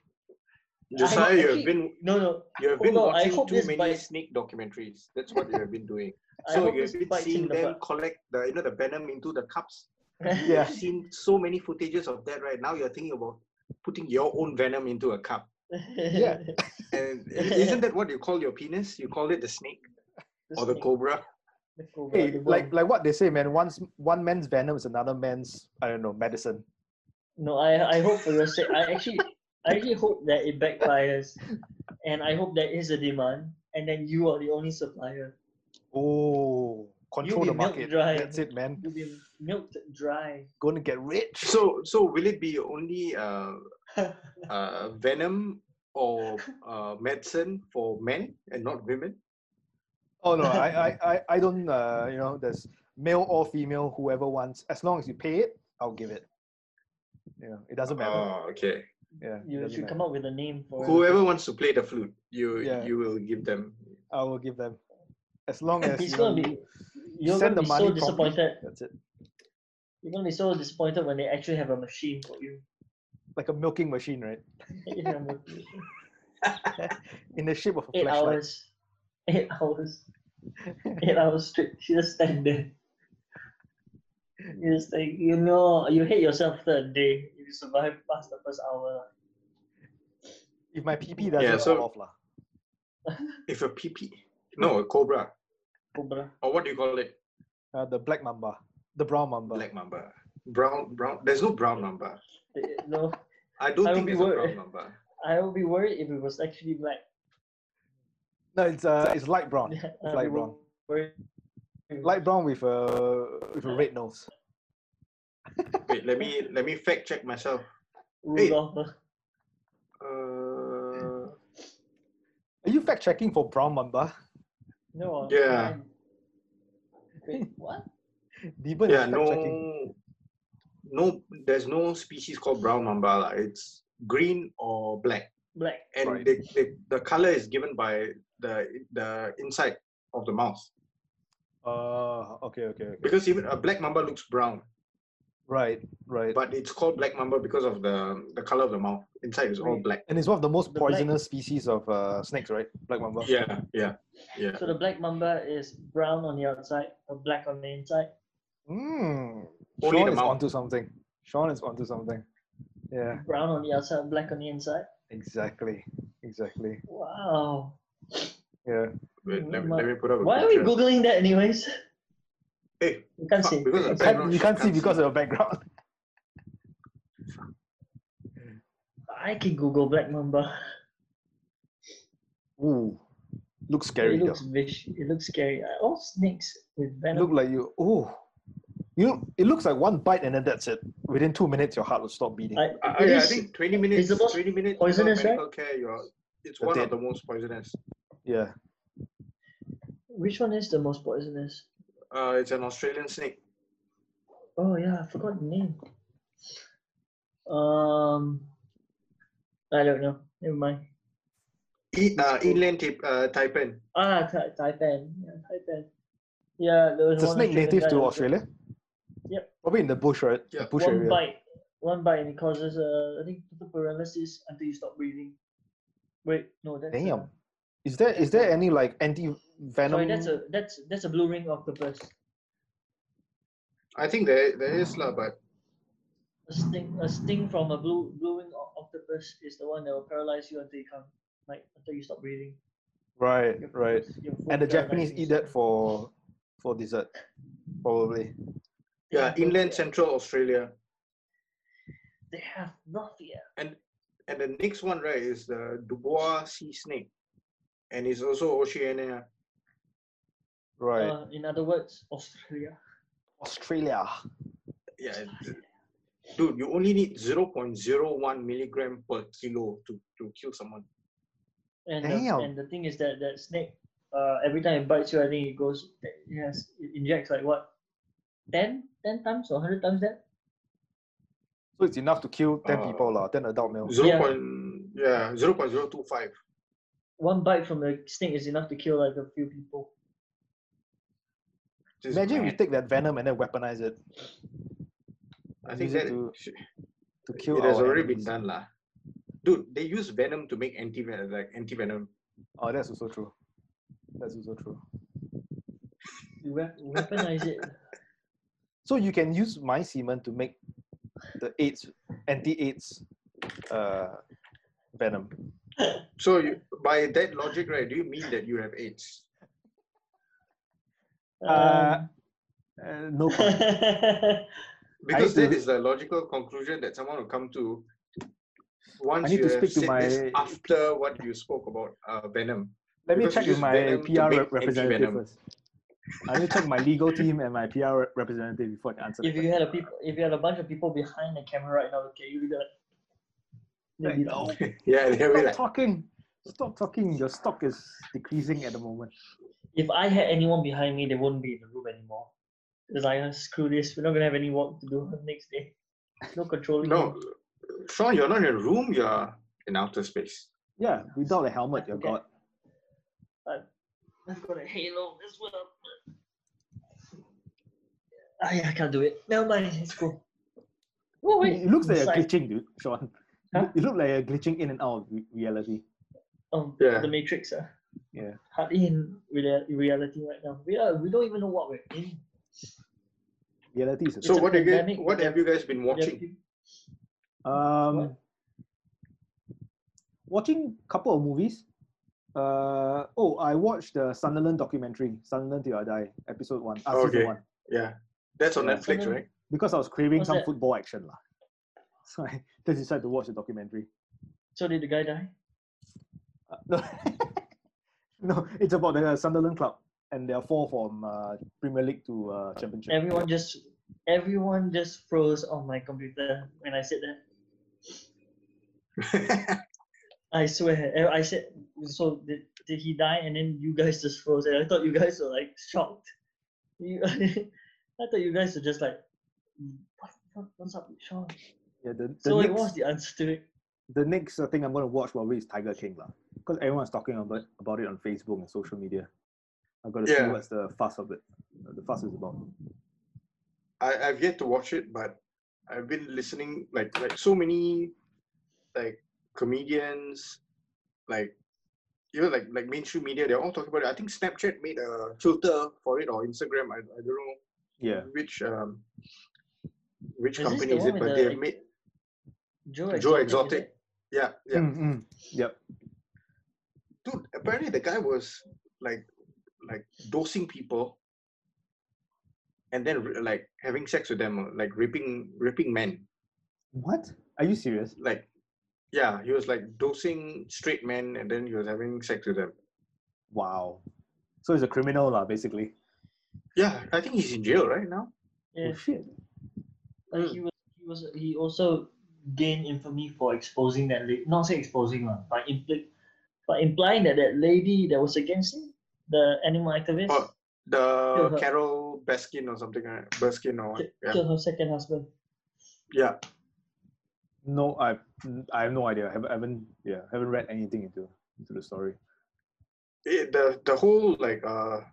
[SPEAKER 2] Josiah, you
[SPEAKER 3] actually-
[SPEAKER 2] have been
[SPEAKER 3] no, no.
[SPEAKER 2] you have
[SPEAKER 3] Hold
[SPEAKER 2] been
[SPEAKER 3] on, I
[SPEAKER 2] watching
[SPEAKER 3] hope
[SPEAKER 2] too
[SPEAKER 3] this
[SPEAKER 2] many
[SPEAKER 3] bites-
[SPEAKER 2] snake documentaries. That's what you have been doing.
[SPEAKER 3] I
[SPEAKER 2] so
[SPEAKER 3] hope
[SPEAKER 2] you
[SPEAKER 3] this
[SPEAKER 2] have been
[SPEAKER 3] bites
[SPEAKER 2] seeing
[SPEAKER 3] in the
[SPEAKER 2] them
[SPEAKER 3] butt.
[SPEAKER 2] collect the you know the venom into the cups.
[SPEAKER 1] Yeah.
[SPEAKER 2] You've seen so many footages of that right now. You're thinking about putting your own venom into a cup.
[SPEAKER 1] Yeah.
[SPEAKER 2] And isn't that what you call your penis? You call it the snake
[SPEAKER 3] The
[SPEAKER 2] or the
[SPEAKER 3] snake,
[SPEAKER 2] cobra?
[SPEAKER 3] the cobra,
[SPEAKER 1] Hey,
[SPEAKER 3] the
[SPEAKER 1] like
[SPEAKER 3] worm.
[SPEAKER 1] like what they say, man. Once one man's venom is another man's I don't know medicine.
[SPEAKER 3] no, I I hope for your sake. I actually I actually hope that it backfires, and I hope there is a demand, and then you are the only supplier.
[SPEAKER 1] Oh, control
[SPEAKER 3] be
[SPEAKER 1] the
[SPEAKER 3] milk
[SPEAKER 1] market.
[SPEAKER 3] dry.
[SPEAKER 1] That's it, man.
[SPEAKER 3] You'll be milked dry.
[SPEAKER 1] Going to get rich.
[SPEAKER 2] So so will it be only uh, uh, venom or uh, medicine for men and not women?
[SPEAKER 1] oh no, I I I, I don't. Uh, you know, there's male or female, whoever wants. As long as you pay it, I'll give it. You know, it doesn't matter.
[SPEAKER 2] Oh, okay.
[SPEAKER 1] yeah, it
[SPEAKER 3] you
[SPEAKER 1] doesn't
[SPEAKER 3] should
[SPEAKER 1] matter.
[SPEAKER 3] come up with a name for it.
[SPEAKER 2] Whoever wants to play the flute, you
[SPEAKER 1] Yeah.
[SPEAKER 2] you will give them.
[SPEAKER 1] I will give them. As long as
[SPEAKER 3] He's
[SPEAKER 1] you know,
[SPEAKER 3] gonna be.
[SPEAKER 1] you-
[SPEAKER 3] You're
[SPEAKER 1] send
[SPEAKER 3] gonna
[SPEAKER 1] the
[SPEAKER 3] be
[SPEAKER 1] money
[SPEAKER 3] so
[SPEAKER 1] properly.
[SPEAKER 3] disappointed.
[SPEAKER 1] that's it.
[SPEAKER 3] You're gonna be so disappointed when they actually have a machine for you.
[SPEAKER 1] Like a milking machine, right?
[SPEAKER 3] Yeah, I'm with you.
[SPEAKER 1] In the shape of a
[SPEAKER 3] Eight
[SPEAKER 1] flashlight.
[SPEAKER 3] hours. Eight hours. Eight hours straight. She just stand there. You just like you know you hate yourself third day if you survive past the first hour.
[SPEAKER 1] If my PP doesn't
[SPEAKER 2] Yeah,
[SPEAKER 1] yeah,
[SPEAKER 2] so-
[SPEAKER 1] off lah.
[SPEAKER 2] If a PP, no, a cobra,
[SPEAKER 3] Cobra.
[SPEAKER 2] or what do you call it?
[SPEAKER 1] Uh, the black mamba, the brown mamba.
[SPEAKER 2] Black mamba, brown, brown. There's no brown mamba.
[SPEAKER 3] Eh, No,
[SPEAKER 2] I don't
[SPEAKER 3] I
[SPEAKER 2] think
[SPEAKER 3] would
[SPEAKER 2] there's
[SPEAKER 3] be
[SPEAKER 2] a
[SPEAKER 3] worried.
[SPEAKER 2] brown mamba.
[SPEAKER 3] I would be worried if it was actually black.
[SPEAKER 1] No, it's uh, it's light brown,
[SPEAKER 3] Yeah,
[SPEAKER 1] It's
[SPEAKER 3] I'd
[SPEAKER 1] light
[SPEAKER 3] be
[SPEAKER 1] brown.
[SPEAKER 3] worried.
[SPEAKER 1] light brown with a with a red nose.
[SPEAKER 2] Wait, let me let me fact check myself.
[SPEAKER 3] Rudolph.
[SPEAKER 2] Uh,
[SPEAKER 1] Are you fact checking for brown mamba?
[SPEAKER 3] No.
[SPEAKER 2] Yeah.
[SPEAKER 3] mine. Wait, what?
[SPEAKER 1] Deben
[SPEAKER 2] yeah,
[SPEAKER 1] is fact checking.
[SPEAKER 2] no, no. There's no species called brown mamba. lah. It's green or black,
[SPEAKER 3] Black.
[SPEAKER 2] and
[SPEAKER 1] Right.
[SPEAKER 2] the, the the color is given by the the inside of the mouth.
[SPEAKER 1] Uh, okay, okay, okay.
[SPEAKER 2] Because even a black mamba looks brown,
[SPEAKER 1] Right, right.
[SPEAKER 2] but it's called black mamba because of the the color of the mouth. Inside is all
[SPEAKER 3] Wait.
[SPEAKER 2] black.
[SPEAKER 1] and it's one of the most
[SPEAKER 3] The black-
[SPEAKER 1] poisonous species of uh, snakes, right? Black mamba.
[SPEAKER 2] Yeah, yeah, yeah.
[SPEAKER 3] So the black mamba is brown on the outside or black on the inside.
[SPEAKER 1] Mm.
[SPEAKER 2] Only
[SPEAKER 1] Sean
[SPEAKER 2] the
[SPEAKER 1] is
[SPEAKER 2] mouth.
[SPEAKER 1] onto something. Sean is onto something. Yeah,
[SPEAKER 3] Brown on the outside, black on the inside.
[SPEAKER 1] exactly, exactly.
[SPEAKER 3] Wow.
[SPEAKER 1] Yeah.
[SPEAKER 2] Wait, let, me,
[SPEAKER 3] Ma-
[SPEAKER 2] let me put up. A
[SPEAKER 3] Why are we
[SPEAKER 2] picture.
[SPEAKER 3] googling that anyways?
[SPEAKER 2] Hey,
[SPEAKER 3] You can't
[SPEAKER 2] fuck,
[SPEAKER 3] see.
[SPEAKER 2] because of
[SPEAKER 1] You can't,
[SPEAKER 2] background
[SPEAKER 1] you
[SPEAKER 2] shit,
[SPEAKER 1] can't see because of your background.
[SPEAKER 3] I can Google black mamba.
[SPEAKER 1] Ooh, looks scary
[SPEAKER 3] it
[SPEAKER 1] though.
[SPEAKER 3] looks vicious. It looks scary. Uh, All snakes with venom.
[SPEAKER 1] Look like you. Ooh, you. know, It looks like one bite and then that's it. Within two minutes, your heart will stop beating.
[SPEAKER 3] I,
[SPEAKER 2] I,
[SPEAKER 3] it
[SPEAKER 2] Uh, I- I
[SPEAKER 3] is-
[SPEAKER 2] think 20 minutes,
[SPEAKER 3] the most
[SPEAKER 2] 20 minutes
[SPEAKER 3] poisonous,
[SPEAKER 2] poisonous,
[SPEAKER 3] right?
[SPEAKER 2] medical care, you're, it's
[SPEAKER 1] You're
[SPEAKER 2] one
[SPEAKER 1] dead.
[SPEAKER 2] of the most poisonous.
[SPEAKER 1] yeah.
[SPEAKER 3] Which one is the most poisonous?
[SPEAKER 2] Uh, it's an Australian snake.
[SPEAKER 3] Oh yeah, I forgot the name. Um, I don't know. Never mind.
[SPEAKER 2] E- uh, inland tip, uh, taipan.
[SPEAKER 3] Ah, Ta- Taipan. Yeah, Taipan. Yeah, there was
[SPEAKER 1] It's a
[SPEAKER 3] one
[SPEAKER 1] snake
[SPEAKER 3] Australian
[SPEAKER 1] native
[SPEAKER 3] guy
[SPEAKER 1] to
[SPEAKER 3] that-
[SPEAKER 1] Australia.
[SPEAKER 3] Yep.
[SPEAKER 1] Probably in the bush, right?
[SPEAKER 2] Yeah.
[SPEAKER 1] Bush
[SPEAKER 3] one
[SPEAKER 1] area.
[SPEAKER 3] bite, one bite, and it causes uh, I think total paralysis until you stop breathing. Wait, no, that's
[SPEAKER 1] Damn.
[SPEAKER 3] A,
[SPEAKER 1] Is there is there any like anti venom?
[SPEAKER 3] sorry, that's a that's that's a blue ring octopus.
[SPEAKER 2] I think there, there is, lah, but
[SPEAKER 3] A sting, a sting from a blue blue ring o- octopus is the one that will paralyze you until you can't like until you stop breathing.
[SPEAKER 1] right,
[SPEAKER 3] You're-
[SPEAKER 1] right.
[SPEAKER 3] you're full
[SPEAKER 1] And the Japanese
[SPEAKER 3] paralysis.
[SPEAKER 1] eat that for for dessert, probably.
[SPEAKER 2] yeah,
[SPEAKER 3] They have
[SPEAKER 2] inland
[SPEAKER 3] no fear.
[SPEAKER 2] central Australia.
[SPEAKER 3] They have no fear.
[SPEAKER 2] And the next one, right, is the Dubois sea snake. And it's also Oceania.
[SPEAKER 1] Right.
[SPEAKER 3] Uh, in other words, Australia.
[SPEAKER 1] Australia.
[SPEAKER 2] Yeah. it- Dude, you only need 0.01 milligram per kilo to, to kill someone.
[SPEAKER 3] And the,
[SPEAKER 1] Damn.
[SPEAKER 3] and the thing is that that snake, uh, every time it bites you, I think it goes, it has, it injects like what, 10, 10 times or hundred times that.
[SPEAKER 1] So it's enough to kill ten
[SPEAKER 2] Uh,
[SPEAKER 1] people, lah. Ten adult males.
[SPEAKER 2] Zero point, yeah, 0.025.
[SPEAKER 3] One bite from the snake is enough to kill like a few people.
[SPEAKER 2] Just
[SPEAKER 1] Imagine if
[SPEAKER 2] mad.
[SPEAKER 1] you take that venom and then weaponize it
[SPEAKER 2] I think
[SPEAKER 1] use it
[SPEAKER 2] that
[SPEAKER 1] to
[SPEAKER 2] should-
[SPEAKER 1] to kill.
[SPEAKER 2] it has
[SPEAKER 1] our
[SPEAKER 2] already been
[SPEAKER 1] enemies.
[SPEAKER 2] done, lah. Dude, they use venom to make anti venom, like anti venom.
[SPEAKER 1] Oh, that's also true. That's also true.
[SPEAKER 3] You wep- weaponize it.
[SPEAKER 1] So you can use my semen to make the AIDS anti-AIDS uh, venom.
[SPEAKER 2] So you, by that logic, right? Do you mean that you have AIDS?
[SPEAKER 1] Uh, Uh, no,
[SPEAKER 3] Um,
[SPEAKER 1] comment.
[SPEAKER 2] Because that
[SPEAKER 1] do.
[SPEAKER 2] is the logical conclusion that someone will come to. Once
[SPEAKER 1] need
[SPEAKER 2] you
[SPEAKER 1] to
[SPEAKER 2] have
[SPEAKER 1] speak to
[SPEAKER 2] said this
[SPEAKER 1] my-
[SPEAKER 2] after what you spoke about uh, venom,
[SPEAKER 1] let me
[SPEAKER 2] Because
[SPEAKER 1] check
[SPEAKER 2] you
[SPEAKER 1] with
[SPEAKER 2] use
[SPEAKER 1] my
[SPEAKER 2] venom to
[SPEAKER 1] PR
[SPEAKER 2] make
[SPEAKER 1] rep- representative
[SPEAKER 2] anti-venom.
[SPEAKER 1] first. I need to check my legal team and my PR rep- representative before I answer.
[SPEAKER 3] if
[SPEAKER 1] the
[SPEAKER 3] you had a
[SPEAKER 1] question.
[SPEAKER 3] people, if you had a bunch of people behind the camera right now, okay, you'd be like, they'd be
[SPEAKER 1] Like,
[SPEAKER 3] like,
[SPEAKER 1] "Oh,
[SPEAKER 2] yeah, they'll be
[SPEAKER 1] stop
[SPEAKER 2] like,
[SPEAKER 1] talking. Stop talking. Your stock is decreasing at the moment.
[SPEAKER 3] if I had anyone behind me, they wouldn't be in the room anymore. It's like, "Ah, screw this, we're not gonna have any work to do on the next day. No controlling.
[SPEAKER 2] no,
[SPEAKER 3] you.
[SPEAKER 2] Sean, you're not in a room. You're in outer space.
[SPEAKER 1] Yeah, without a helmet, you're
[SPEAKER 3] Okay.
[SPEAKER 1] god.
[SPEAKER 3] I've got a halo as well. Ah, yeah, I can't do it. Never mind, it's cool. Oh, wait.
[SPEAKER 1] It looks like you're
[SPEAKER 3] inside
[SPEAKER 1] glitching, dude, Sean.
[SPEAKER 3] Huh?
[SPEAKER 1] You look like you're glitching in and out of re- reality.
[SPEAKER 3] of
[SPEAKER 2] Yeah.
[SPEAKER 3] Um, the Matrix. ah.
[SPEAKER 1] Yeah.
[SPEAKER 3] hardly in real- reality right now. We are we don't even know what we're in.
[SPEAKER 1] Reality is a
[SPEAKER 2] So
[SPEAKER 3] a
[SPEAKER 2] what do you guys,
[SPEAKER 3] pandemic.
[SPEAKER 2] what have you guys been watching?
[SPEAKER 3] Reality-
[SPEAKER 1] Um, watching couple of movies. Uh, oh, I watched the Sunderland documentary, Sunderland Till I Die, episode one, uh, season
[SPEAKER 2] Okay.
[SPEAKER 1] one,
[SPEAKER 2] Yeah, that's on
[SPEAKER 3] Yeah,
[SPEAKER 2] Netflix,
[SPEAKER 3] something-
[SPEAKER 2] right?
[SPEAKER 1] because I was craving
[SPEAKER 3] What's
[SPEAKER 1] some
[SPEAKER 3] that?
[SPEAKER 1] football action. lah. So I just decided to watch the documentary.
[SPEAKER 3] So did the guy die?
[SPEAKER 1] Uh, no, no, it's about the Sunderland club and their fall from uh, Premier League to uh, Championship.
[SPEAKER 3] Everyone just everyone just froze on my computer when I said that. I swear, eh, I said so. Did, did he die? And then you guys just froze, and I thought you guys were like shocked. You, I thought you guys were just like, what, what, what's up, with Sean?
[SPEAKER 1] Yeah, the, the
[SPEAKER 3] So it
[SPEAKER 1] next,
[SPEAKER 3] was the answer to it.
[SPEAKER 1] the next uh, thing I'm going to watch probably is Tiger King lah, because everyone's talking about, about it on Facebook and social media. I've got to see
[SPEAKER 2] Yeah.
[SPEAKER 1] what's the fuss of it, uh, the fuss is about.
[SPEAKER 2] I, I've yet to watch it, but I've been listening like like so many like comedians, like you know, like like mainstream media, they're all talking about it. I think Snapchat made a filter for it or Instagram, I, I don't know
[SPEAKER 1] Yeah,
[SPEAKER 2] which um which
[SPEAKER 3] Is this
[SPEAKER 2] company
[SPEAKER 3] the
[SPEAKER 2] is
[SPEAKER 3] one
[SPEAKER 2] it,
[SPEAKER 3] with
[SPEAKER 2] but
[SPEAKER 3] the
[SPEAKER 2] they've
[SPEAKER 3] ex-
[SPEAKER 2] made
[SPEAKER 3] Joe
[SPEAKER 2] Joe
[SPEAKER 3] is
[SPEAKER 2] Exotic.
[SPEAKER 3] it?
[SPEAKER 2] yeah, yeah.
[SPEAKER 3] Hmm.
[SPEAKER 1] Mm, mm. Yep.
[SPEAKER 2] Dude, apparently the guy was like like dosing people and then re- like having sex with them, like raping raping men.
[SPEAKER 1] What? Are you serious?
[SPEAKER 2] like yeah he was like dosing straight men and then he was having sex with them
[SPEAKER 1] Wow. So he's a criminal lah, basically.
[SPEAKER 2] yeah i think he's in jail right now
[SPEAKER 3] Yeah,
[SPEAKER 1] Oh shit.
[SPEAKER 2] Mm.
[SPEAKER 3] like he was, he was, he also gained infamy for exposing that, la- not say exposing one, but impli- but implying that that lady that was against him, the animal activist,
[SPEAKER 2] Oh, the
[SPEAKER 3] her.
[SPEAKER 2] carol baskin or something right baskin or
[SPEAKER 3] ki-
[SPEAKER 2] yeah
[SPEAKER 3] killed her second husband.
[SPEAKER 2] yeah
[SPEAKER 1] No, I I have no idea. I haven't, I haven't yeah haven't read anything into into the story.
[SPEAKER 2] It- Eh, the the whole like uh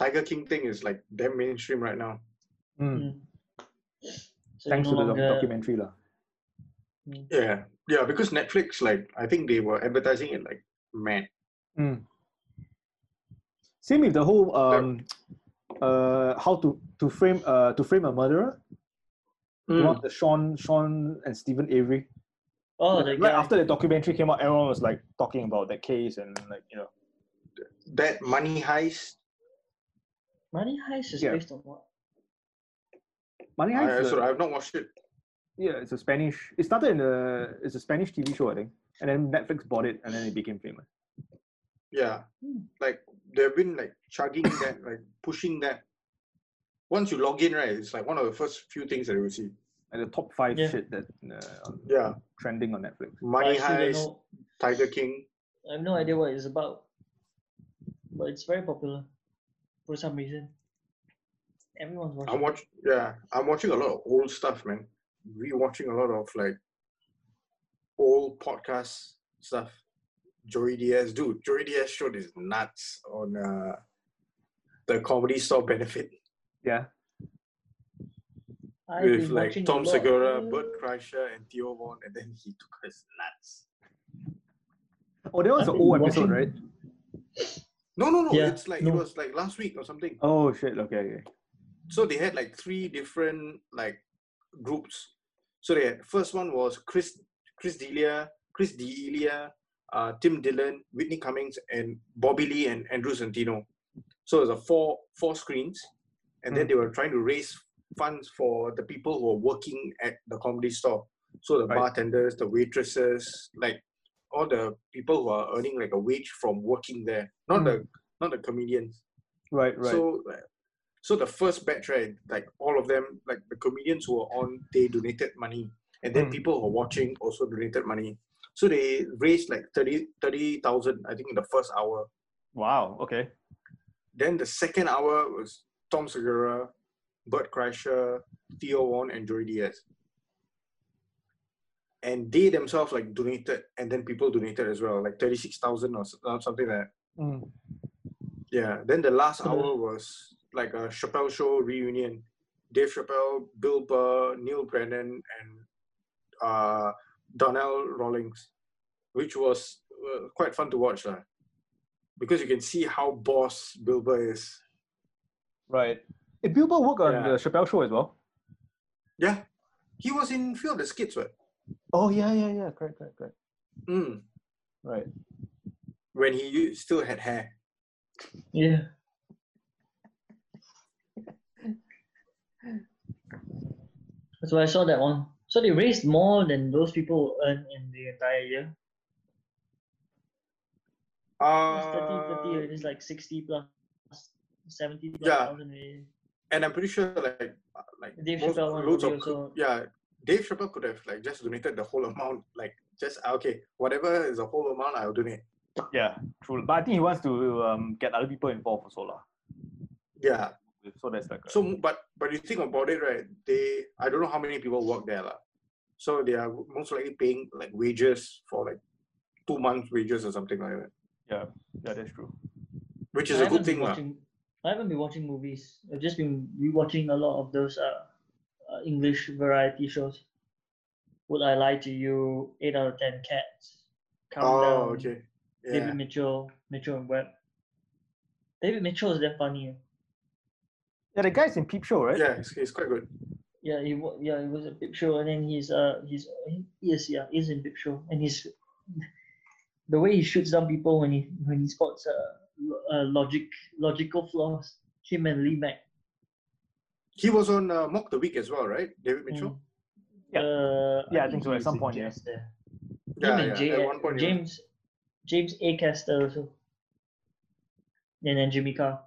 [SPEAKER 2] tiger king thing is like damn mainstream right now
[SPEAKER 1] Mm.
[SPEAKER 3] Mm. So
[SPEAKER 1] Thanks
[SPEAKER 3] no
[SPEAKER 1] to the doc-
[SPEAKER 3] longer-
[SPEAKER 1] documentary lah.
[SPEAKER 2] yeah yeah because netflix like i think they were advertising it like man
[SPEAKER 1] Mm. Same with the whole um, uh, how to to frame uh, to frame a murderer.
[SPEAKER 3] Hmm.
[SPEAKER 1] The one- the Sean Sean and Stephen Avery.
[SPEAKER 3] Oh, the
[SPEAKER 1] right
[SPEAKER 3] guy.
[SPEAKER 1] after the documentary came out, everyone was like talking about that case and like you know.
[SPEAKER 2] that money heist
[SPEAKER 3] Money Heist is
[SPEAKER 1] Yeah.
[SPEAKER 3] based on what?
[SPEAKER 1] Money
[SPEAKER 2] I,
[SPEAKER 1] Heist.
[SPEAKER 2] so
[SPEAKER 1] uh,
[SPEAKER 2] i've not watched it
[SPEAKER 1] Yeah, it's a Spanish. It started in a it's a Spanish TV show I think, and then Netflix bought it and then it became famous.
[SPEAKER 2] Yeah.
[SPEAKER 3] Hmm.
[SPEAKER 2] Like they've been like chugging that, like pushing that. Once you log in, right, it's like one of the first few things that you will see.
[SPEAKER 1] Like the top five
[SPEAKER 3] Yeah.
[SPEAKER 1] shit that uh, on-
[SPEAKER 2] Yeah.
[SPEAKER 1] trending on Netflix.
[SPEAKER 2] Money
[SPEAKER 3] I still don't
[SPEAKER 2] Heist,
[SPEAKER 3] know-
[SPEAKER 2] Tiger King.
[SPEAKER 3] I have no idea what it's about, but it's very popular for some reason. Everyone's watching.
[SPEAKER 2] I'm watch yeah, I'm watching a lot of old stuff, man. Rewatching a lot of like old podcast stuff. Joey Diaz, dude, Joey Diaz showed is nuts on uh the comedy store benefit
[SPEAKER 1] Yeah.
[SPEAKER 3] I've
[SPEAKER 2] with
[SPEAKER 3] been
[SPEAKER 2] like
[SPEAKER 3] watching a
[SPEAKER 2] Tom
[SPEAKER 3] lot.
[SPEAKER 2] Segura, Bert Kreischer, and Theo Vaughn, and then he took us nuts.
[SPEAKER 1] Oh, that was
[SPEAKER 3] I've
[SPEAKER 1] an
[SPEAKER 3] been
[SPEAKER 1] old episode,
[SPEAKER 3] watching-
[SPEAKER 1] right?
[SPEAKER 2] No, no, no.
[SPEAKER 3] Yeah,
[SPEAKER 2] It's like it
[SPEAKER 3] no.
[SPEAKER 2] was like last week or something.
[SPEAKER 1] Oh shit. Okay. okay.
[SPEAKER 2] So they had like three different like groups. So they had first one was Chris Chris Delia, Chris Delia, uh, Tim Dillon, Whitney Cummings, and Bobby Lee and Andrew Santino. So it was a four four screens, and then
[SPEAKER 1] Mm.
[SPEAKER 2] they were trying to raise funds for the people who are working at the comedy store. So the
[SPEAKER 1] Right.
[SPEAKER 2] bartenders, the waitresses, like all the people who are earning like a wage from working there, not the not the comedians.
[SPEAKER 1] Right. Right.
[SPEAKER 2] So, like, so the first batch, right? Like all of them, like the comedians who were on, they donated money, and then
[SPEAKER 1] Mm.
[SPEAKER 2] people who were watching also donated money. So they raised like 30 30,000, I think, in the first hour.
[SPEAKER 1] wow. Okay.
[SPEAKER 2] Then the second hour was Tom Segura, Bert Kreischer, Theo Vaughn, and Joey Diaz. And they themselves like donated, and then people donated as well, like thirty six thousand or s- or something like that.
[SPEAKER 3] Hmm.
[SPEAKER 1] Mm.
[SPEAKER 2] Yeah. Then the last
[SPEAKER 3] Okay.
[SPEAKER 2] hour was like a Chappelle show reunion. Dave Chappelle, Bill Burr, Neil Brennan, and uh, Donnell Rawlings, which was uh, quite fun to watch. lah. because you can see how boss Bilber is.
[SPEAKER 1] Right. Did Bilbo work on
[SPEAKER 2] Yeah.
[SPEAKER 1] the Chappelle show as well?
[SPEAKER 2] Yeah, he was in Field of Skits, right?
[SPEAKER 1] Oh yeah, yeah, yeah. Correct, correct, correct.
[SPEAKER 2] Mm.
[SPEAKER 1] Right.
[SPEAKER 2] When he u- still had hair.
[SPEAKER 3] Yeah. That's why I saw that one. So they raised more than those people earn in the entire year. It's 30, 30,
[SPEAKER 2] Uh,
[SPEAKER 3] it is like 60 plus, 70 plus
[SPEAKER 2] Yeah.
[SPEAKER 3] thousand already.
[SPEAKER 2] and I'm pretty sure, like, uh, like
[SPEAKER 3] Dave
[SPEAKER 2] most-
[SPEAKER 3] Chappelle one
[SPEAKER 2] loads
[SPEAKER 3] could
[SPEAKER 2] of
[SPEAKER 3] be also-
[SPEAKER 2] yeah, Dave Chappelle could have like just donated the whole amount, like just ah, okay, whatever is the whole amount, I'll donate.
[SPEAKER 1] Yeah, true. But I think he wants to um, get other people involved also lah.
[SPEAKER 2] Yeah.
[SPEAKER 1] So that's like a,
[SPEAKER 2] So, m- but but you think about it, right? They, I don't know how many people work there, lah. So they are most likely paying like wages for like two months' wages or something like that,
[SPEAKER 1] yeah, that's true.
[SPEAKER 2] which is
[SPEAKER 3] I
[SPEAKER 2] a good
[SPEAKER 3] haven't been
[SPEAKER 2] thing, lah.
[SPEAKER 3] watching- I haven't been watching movies. I've just been rewatching a lot of those uh, uh, English variety shows. Would I Lie to You? 8 out of 10 Cats. Countdown.
[SPEAKER 2] Oh, okay.
[SPEAKER 3] David
[SPEAKER 2] Yeah.
[SPEAKER 3] Mitchell, Mitchell and Webb. David Mitchell is damn funny.
[SPEAKER 1] Yeah, the guy's in Peep Show, right?
[SPEAKER 2] Yeah, it's, it's quite good.
[SPEAKER 3] Yeah, he wa- yeah he was a Big Show, and then he's uh he's he is yeah he's in Big Show, and he's the way he shoots down people when he when he spots uh, lo- uh logic logical flaws. Him and Lee Mack.
[SPEAKER 2] He was on uh, Mock the Week as well, right? David
[SPEAKER 3] Mm.
[SPEAKER 2] Mitchell.
[SPEAKER 1] Yeah.
[SPEAKER 3] Uh,
[SPEAKER 1] Yeah, I think so,
[SPEAKER 3] he
[SPEAKER 1] at
[SPEAKER 3] was
[SPEAKER 1] some
[SPEAKER 3] in
[SPEAKER 1] point, yeah.
[SPEAKER 3] Jazz there.
[SPEAKER 2] Yeah,
[SPEAKER 3] Him and
[SPEAKER 2] yeah.
[SPEAKER 3] J-
[SPEAKER 2] At one point, he was-
[SPEAKER 3] James James A. Caster also. And then Jimmy Carr.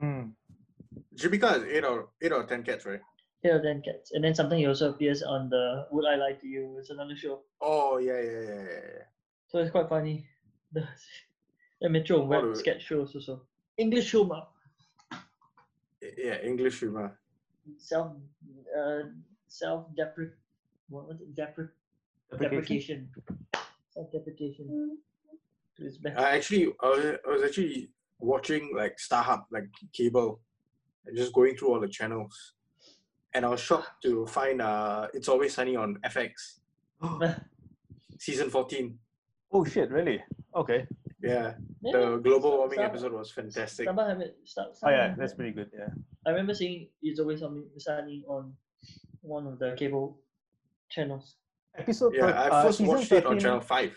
[SPEAKER 1] Hmm.
[SPEAKER 2] Jimika is eight or eight or ten cats, right?
[SPEAKER 3] Here then cats. And then something he also appears on the Would I Lie to You? It's another show.
[SPEAKER 2] Oh yeah, yeah, yeah, yeah, yeah, yeah.
[SPEAKER 3] So it's quite funny. The, the Metro and
[SPEAKER 2] All
[SPEAKER 3] Web
[SPEAKER 2] of it.
[SPEAKER 3] sketch shows also. English humor.
[SPEAKER 2] Y- Yeah, English humor.
[SPEAKER 3] Self uh, self deprec what was it? Deprec deprecation. Self deprecation. To its best.
[SPEAKER 2] I actually, I was, I was actually watching like StarHub, like cable, and just going through all the channels, and I was shocked to find uh, it's always sunny on FX season fourteen.
[SPEAKER 1] Oh shit! Really? Okay.
[SPEAKER 2] Yeah,
[SPEAKER 3] Yeah,
[SPEAKER 2] the global warming
[SPEAKER 3] Star-
[SPEAKER 2] episode was fantastic.
[SPEAKER 3] Starbucks have it- Star-
[SPEAKER 1] Oh yeah,
[SPEAKER 3] Starbucks
[SPEAKER 1] that's
[SPEAKER 3] have it.
[SPEAKER 1] pretty good. Yeah.
[SPEAKER 3] I remember seeing it's always on sunny on one of the cable channels.
[SPEAKER 1] Episode.
[SPEAKER 2] Yeah,
[SPEAKER 1] thir-
[SPEAKER 2] I
[SPEAKER 1] uh,
[SPEAKER 2] first
[SPEAKER 1] season
[SPEAKER 2] watched it on
[SPEAKER 1] 13
[SPEAKER 2] channel five.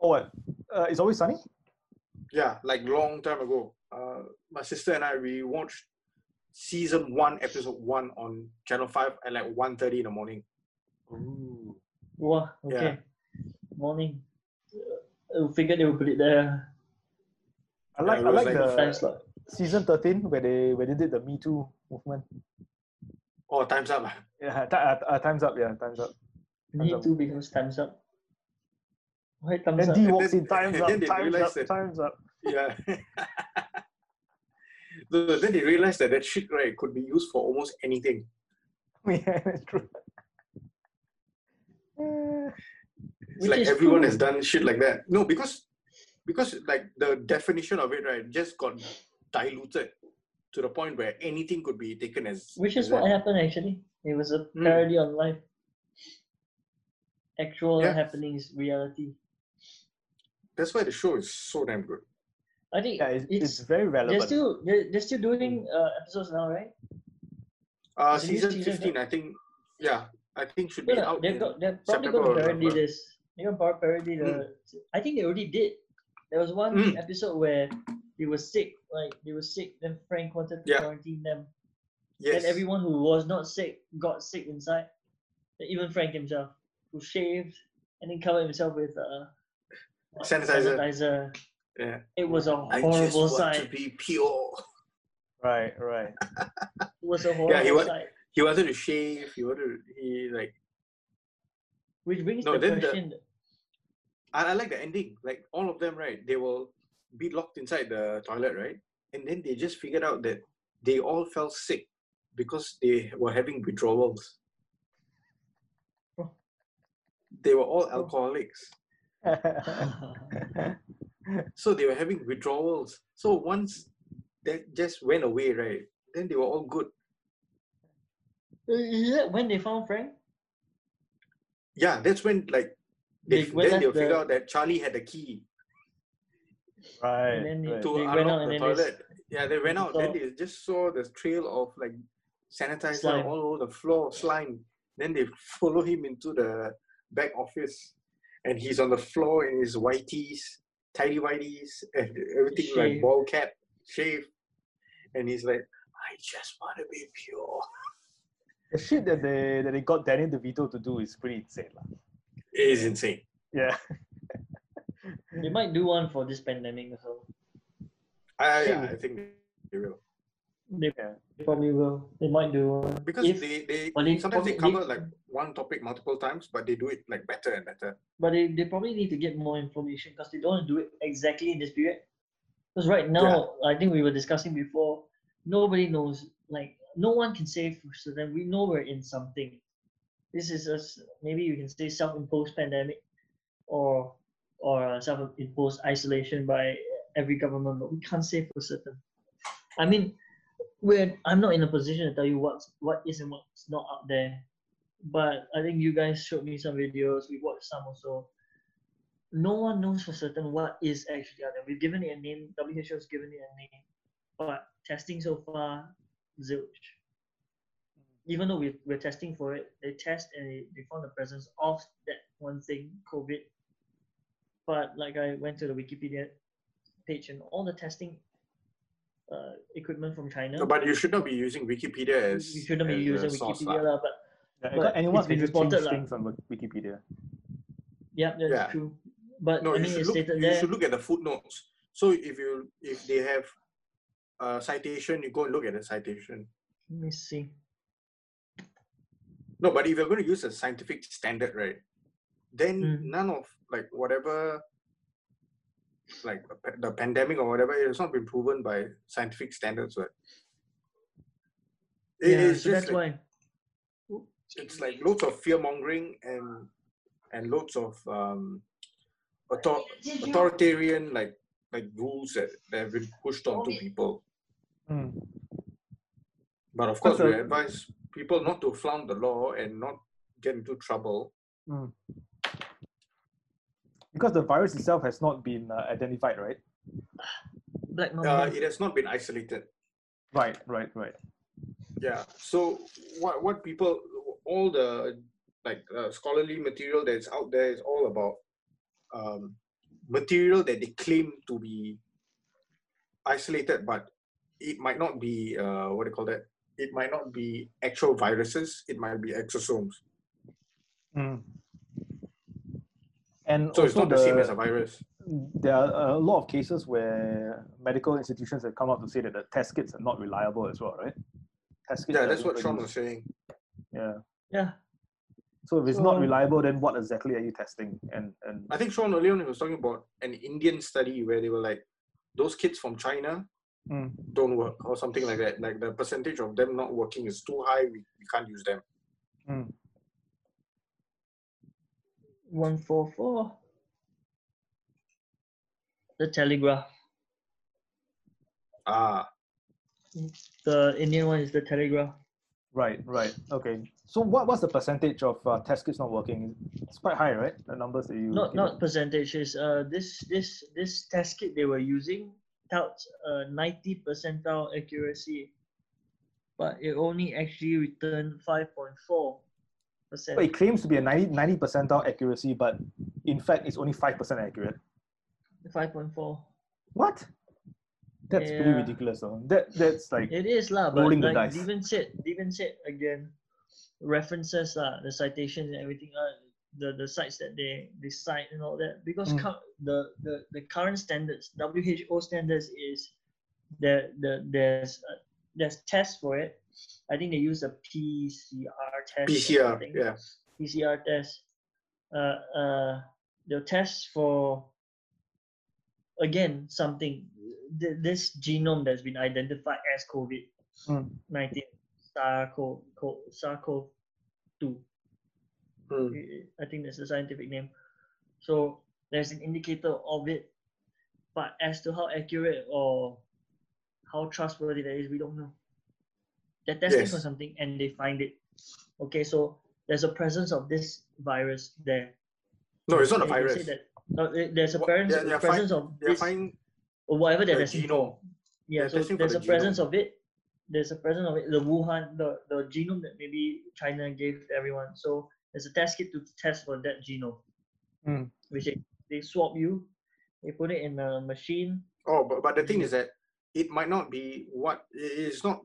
[SPEAKER 1] Oh, what? Uh, it's always sunny.
[SPEAKER 2] Yeah, like long time ago. Uh, my sister and I we watched season one, episode one on channel five at like 1.30 in the morning.
[SPEAKER 1] Ooh.
[SPEAKER 3] Wow,
[SPEAKER 2] Yeah.
[SPEAKER 3] okay. Morning. Uh, I figured they would put it there.
[SPEAKER 1] I like.
[SPEAKER 2] it
[SPEAKER 1] I
[SPEAKER 2] was
[SPEAKER 1] like,
[SPEAKER 2] like
[SPEAKER 1] the
[SPEAKER 3] Time slot.
[SPEAKER 1] season thirteen where they where they did the Me Too movement.
[SPEAKER 2] Oh, time's up. ah.
[SPEAKER 1] Yeah. ti- uh, uh, times up. Yeah. Times up.
[SPEAKER 3] Me
[SPEAKER 1] up.
[SPEAKER 3] too because time's up. Why time's
[SPEAKER 1] Then
[SPEAKER 3] up?
[SPEAKER 1] D
[SPEAKER 2] And
[SPEAKER 1] walks
[SPEAKER 2] then-
[SPEAKER 1] in. Times
[SPEAKER 2] and
[SPEAKER 1] up.
[SPEAKER 2] then they
[SPEAKER 1] Times
[SPEAKER 2] realised
[SPEAKER 1] up.
[SPEAKER 2] that-
[SPEAKER 1] Times up.
[SPEAKER 2] Yeah. so then they realized that that shit, right, could be used for almost anything.
[SPEAKER 1] Yeah, that's true. Eh,
[SPEAKER 2] It's
[SPEAKER 3] Which
[SPEAKER 2] like
[SPEAKER 3] is
[SPEAKER 2] everyone
[SPEAKER 3] true.
[SPEAKER 2] has done shit like that. No, because because like the definition of it, right, just got diluted to the point where anything could be taken as
[SPEAKER 3] Which is
[SPEAKER 2] as
[SPEAKER 3] what
[SPEAKER 2] that.
[SPEAKER 3] happened actually. It was a
[SPEAKER 2] Mm.
[SPEAKER 3] parody on life. Actual
[SPEAKER 2] Yeah.
[SPEAKER 3] happenings, reality.
[SPEAKER 2] That's why the show is so damn good.
[SPEAKER 3] I think
[SPEAKER 1] Yeah, it's, it's
[SPEAKER 3] it's,
[SPEAKER 1] very
[SPEAKER 3] they're
[SPEAKER 1] relevant.
[SPEAKER 3] still they're, they're still doing uh, episodes now, right?
[SPEAKER 2] Uh,
[SPEAKER 3] Is it new
[SPEAKER 2] season
[SPEAKER 3] season,
[SPEAKER 2] 15, I think. Yeah, I think should
[SPEAKER 3] No,
[SPEAKER 2] be
[SPEAKER 3] no,
[SPEAKER 2] out.
[SPEAKER 3] they've
[SPEAKER 2] in-
[SPEAKER 3] got they're probably
[SPEAKER 2] September
[SPEAKER 3] going to
[SPEAKER 2] or
[SPEAKER 3] parody
[SPEAKER 2] November.
[SPEAKER 3] this. They're going to parody the. I think they already did. There was one
[SPEAKER 2] Mm.
[SPEAKER 3] episode where they were sick, like they were sick. Then Frank wanted to
[SPEAKER 2] Yeah.
[SPEAKER 3] quarantine them.
[SPEAKER 2] yes.
[SPEAKER 3] And everyone who was not sick got sick inside. And even Frank himself, who shaved and then covered himself with uh, what,
[SPEAKER 2] Sanitizer.
[SPEAKER 3] sanitizer.
[SPEAKER 2] Yeah.
[SPEAKER 3] It was a
[SPEAKER 2] I just
[SPEAKER 3] horrible
[SPEAKER 2] want
[SPEAKER 3] sight.
[SPEAKER 2] to be pure.
[SPEAKER 1] Right. Right.
[SPEAKER 3] It was a
[SPEAKER 2] Yeah, he
[SPEAKER 3] horrible
[SPEAKER 2] wa-
[SPEAKER 3] sight.
[SPEAKER 2] He wanted to shave. He wanted to, he like.
[SPEAKER 3] Which brings
[SPEAKER 2] No,
[SPEAKER 3] the
[SPEAKER 2] then the-
[SPEAKER 3] question.
[SPEAKER 2] I, I like the ending. Like all of them, right? They will be locked inside the toilet, right? And then they just figured out that they all fell sick because they were having withdrawals.
[SPEAKER 3] Oh.
[SPEAKER 2] They were all alcoholics. So they were having withdrawals. So once that just went away, right? Then they were all good.
[SPEAKER 3] Is that when they found Frank?
[SPEAKER 2] Yeah, that's when like they,
[SPEAKER 3] They went
[SPEAKER 2] then they
[SPEAKER 3] at
[SPEAKER 2] figured
[SPEAKER 3] the-
[SPEAKER 2] out that Charlie had the key.
[SPEAKER 1] Right.
[SPEAKER 3] And then
[SPEAKER 1] right.
[SPEAKER 2] to
[SPEAKER 3] They went out
[SPEAKER 2] unlock
[SPEAKER 3] and
[SPEAKER 2] the
[SPEAKER 3] then they s-
[SPEAKER 2] toilet. Yeah, they went out. Then
[SPEAKER 3] saw-
[SPEAKER 2] they just saw the trail of like sanitizer
[SPEAKER 3] Slime.
[SPEAKER 2] all over the floor, slime. Then they follow him into the back office, and he's on the floor in his whiteies, tidy whiteies, and everything like
[SPEAKER 3] Shave.
[SPEAKER 2] ball cap, shave, and he's like, "I just want to be pure."
[SPEAKER 1] The shit that they that they got Daniel DeVito to do is pretty insane, lah.
[SPEAKER 2] It is insane.
[SPEAKER 1] Yeah.
[SPEAKER 3] They might do one for this pandemic or so.
[SPEAKER 2] I
[SPEAKER 1] Shit.
[SPEAKER 2] yeah, I think they will
[SPEAKER 3] They
[SPEAKER 1] Yeah.
[SPEAKER 3] probably will. They might do one.
[SPEAKER 2] because
[SPEAKER 3] If-
[SPEAKER 2] they they
[SPEAKER 3] well, they
[SPEAKER 2] sometimes they
[SPEAKER 3] probably-
[SPEAKER 2] cover like one topic multiple times, but they do it like better and better.
[SPEAKER 3] But they, they probably need to get more information because they don't want to do it exactly in this period. Because right now, I think we were discussing before, nobody knows, like, no one can say for certain, we know we're in something. This is us, maybe you can say self imposed pandemic or or self imposed isolation by every government, but we can't say for certain. I mean, we're, I'm not in a position to tell you what's, what is and what's not out there but I think you guys showed me some videos. We watched some also. No one knows for certain what is actually out there. We've given it a name. WHO has given it a name, but testing so far, zilch. Even though we, we're testing for it, they test and they, they found the presence of that one thing, COVID. But like I went to the Wikipedia page and all the testing uh, equipment from China.
[SPEAKER 2] But you should not be using Wikipedia
[SPEAKER 3] we
[SPEAKER 2] as
[SPEAKER 3] we shouldn't be
[SPEAKER 2] as a
[SPEAKER 3] using
[SPEAKER 2] source, lah.
[SPEAKER 3] Wikipedia, lah, but
[SPEAKER 1] yeah
[SPEAKER 3] But
[SPEAKER 1] anyone
[SPEAKER 3] it's been
[SPEAKER 1] can just change
[SPEAKER 3] reported, lah.
[SPEAKER 1] things on Wik- Wikipedia.
[SPEAKER 3] Yeah, that's
[SPEAKER 2] Yeah.
[SPEAKER 3] true. But
[SPEAKER 2] No,
[SPEAKER 3] I
[SPEAKER 2] you
[SPEAKER 3] mean,
[SPEAKER 2] should
[SPEAKER 3] it's
[SPEAKER 2] look.
[SPEAKER 3] stated
[SPEAKER 2] You
[SPEAKER 3] there.
[SPEAKER 2] should look at the footnotes. So if you if they have a citation, you go and look at the citation.
[SPEAKER 3] Let me see.
[SPEAKER 2] No, but if you're going to use a scientific standard, right? Then
[SPEAKER 3] Mm.
[SPEAKER 2] none of like whatever, like the pa- the pandemic or whatever, it has not been proven by scientific standards, right? It
[SPEAKER 3] yeah,
[SPEAKER 2] is
[SPEAKER 3] so
[SPEAKER 2] just
[SPEAKER 3] that's
[SPEAKER 2] like,
[SPEAKER 3] why.
[SPEAKER 2] it's like loads of fear mongering and and loads of um, author- authoritarian like like rules that, that have been pushed onto people.
[SPEAKER 3] Hmm.
[SPEAKER 2] But of course,
[SPEAKER 1] That's
[SPEAKER 2] we
[SPEAKER 1] a-
[SPEAKER 2] advise people not to flout the law and not get into trouble.
[SPEAKER 1] Because the virus itself has not been uh, identified, right?
[SPEAKER 3] Black
[SPEAKER 2] Uh,
[SPEAKER 3] Mamba.
[SPEAKER 2] it has not been isolated.
[SPEAKER 1] Right, right, right.
[SPEAKER 2] Yeah. So what what people all the like uh, scholarly material that's out there is all about um, material that they claim to be isolated, but it might not be uh, what do you call that? It might not be actual viruses. It might be exosomes.
[SPEAKER 1] Hmm. And
[SPEAKER 2] So
[SPEAKER 1] also
[SPEAKER 2] it's not
[SPEAKER 1] the,
[SPEAKER 2] the same as a virus.
[SPEAKER 1] there are a lot of cases where medical institutions have come out to say that the test kits are not reliable as well, right? Test kits
[SPEAKER 2] Yeah,
[SPEAKER 1] that
[SPEAKER 2] that's
[SPEAKER 1] they
[SPEAKER 2] what Sean
[SPEAKER 1] produce.
[SPEAKER 2] was saying.
[SPEAKER 1] Yeah.
[SPEAKER 3] Yeah.
[SPEAKER 1] So if it's not
[SPEAKER 3] So-
[SPEAKER 1] reliable, then what exactly are you testing? And and
[SPEAKER 2] I think Sean earlier on he was talking about an Indian study where they were like, those kids from China
[SPEAKER 3] Hmm.
[SPEAKER 1] Mm.
[SPEAKER 2] don't work or something like that. Like the percentage of them not working is too high. We, we can't use them.
[SPEAKER 3] 144. The Telegraph.
[SPEAKER 2] Ah,
[SPEAKER 3] The Indian one is the Telegraph.
[SPEAKER 1] right, right, okay. So what what's the percentage of uh, test kits not working? It's quite high, right? The numbers that you
[SPEAKER 3] Not
[SPEAKER 1] gave us.
[SPEAKER 3] not percentages. Uh, this this this test kit they were using touts uh 90 percentile accuracy, but it only actually returned 5.4 percent.
[SPEAKER 1] But it claims to be a 90, 90 percentile accuracy, but in fact, it's only 5% accurate.
[SPEAKER 3] 5.4.
[SPEAKER 1] What? That's pretty
[SPEAKER 3] Yeah.
[SPEAKER 1] ridiculous, though. That, that's like,
[SPEAKER 3] It is lah, but
[SPEAKER 1] Rolling the
[SPEAKER 3] like
[SPEAKER 1] dice.
[SPEAKER 3] Devin said, Devin said again, references lah, the citations and everything lah, the the sites that they they cite and all that because
[SPEAKER 1] Mm.
[SPEAKER 3] cur- the, the the current standards WHO standards is there the there's uh, there's tests for it. I think they use a PCR test. or
[SPEAKER 2] PCR.
[SPEAKER 3] something.
[SPEAKER 2] Yeah.
[SPEAKER 3] PCR test. Uh, uh, they'll test for again something th- this genome that's been identified as COVID
[SPEAKER 1] Mm.
[SPEAKER 2] Hmm.
[SPEAKER 3] nineteen SARS-CoV two.
[SPEAKER 2] Hmm.
[SPEAKER 3] I think that's the scientific name. So there's an indicator of it, but as to how accurate or how trustworthy that is, we don't know. They're testing
[SPEAKER 2] Yes.
[SPEAKER 3] for something and they find it. Okay, so there's a presence of this virus there.
[SPEAKER 2] No, it's not a
[SPEAKER 3] They- they say
[SPEAKER 2] virus.
[SPEAKER 3] that- no, it- there's a
[SPEAKER 2] What-
[SPEAKER 3] parents-
[SPEAKER 2] they're- they're fi-
[SPEAKER 3] presence of
[SPEAKER 2] They're
[SPEAKER 3] this.
[SPEAKER 2] fine.
[SPEAKER 3] or whatever that
[SPEAKER 2] the
[SPEAKER 3] is.
[SPEAKER 2] genome.
[SPEAKER 3] Yeah,
[SPEAKER 2] They're
[SPEAKER 3] so
[SPEAKER 2] testing for
[SPEAKER 3] there's
[SPEAKER 2] the
[SPEAKER 3] a presence of it. There's a presence of it. The Wuhan, the, the genome that maybe China gave to everyone. So there's a test kit to test for that genome,
[SPEAKER 1] Mm.
[SPEAKER 3] which they, they swap you, they put it in a machine.
[SPEAKER 2] Oh, but, but the thing is that it might not be what it- it's not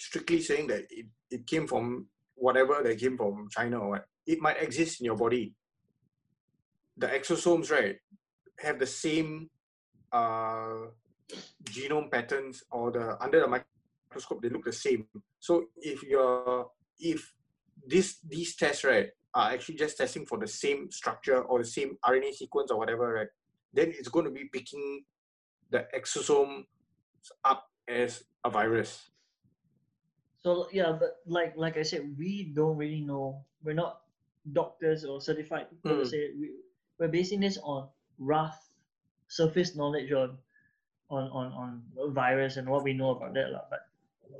[SPEAKER 2] strictly saying that it, it came from whatever that came from China or what. It might exist in your body. The exosomes, right, have the same uh, genome patterns or the under the microscope they look the same. So if you're if this these tests right are actually just testing for the same structure or the same RNA sequence or whatever, right, then it's going to be picking the exosome up as a virus.
[SPEAKER 3] So yeah, but like like I said, we don't really know. We're not doctors or certified people to
[SPEAKER 2] Mm.
[SPEAKER 3] say we, we're basing this on rough surface knowledge on on on on virus and what we know about that. lah. But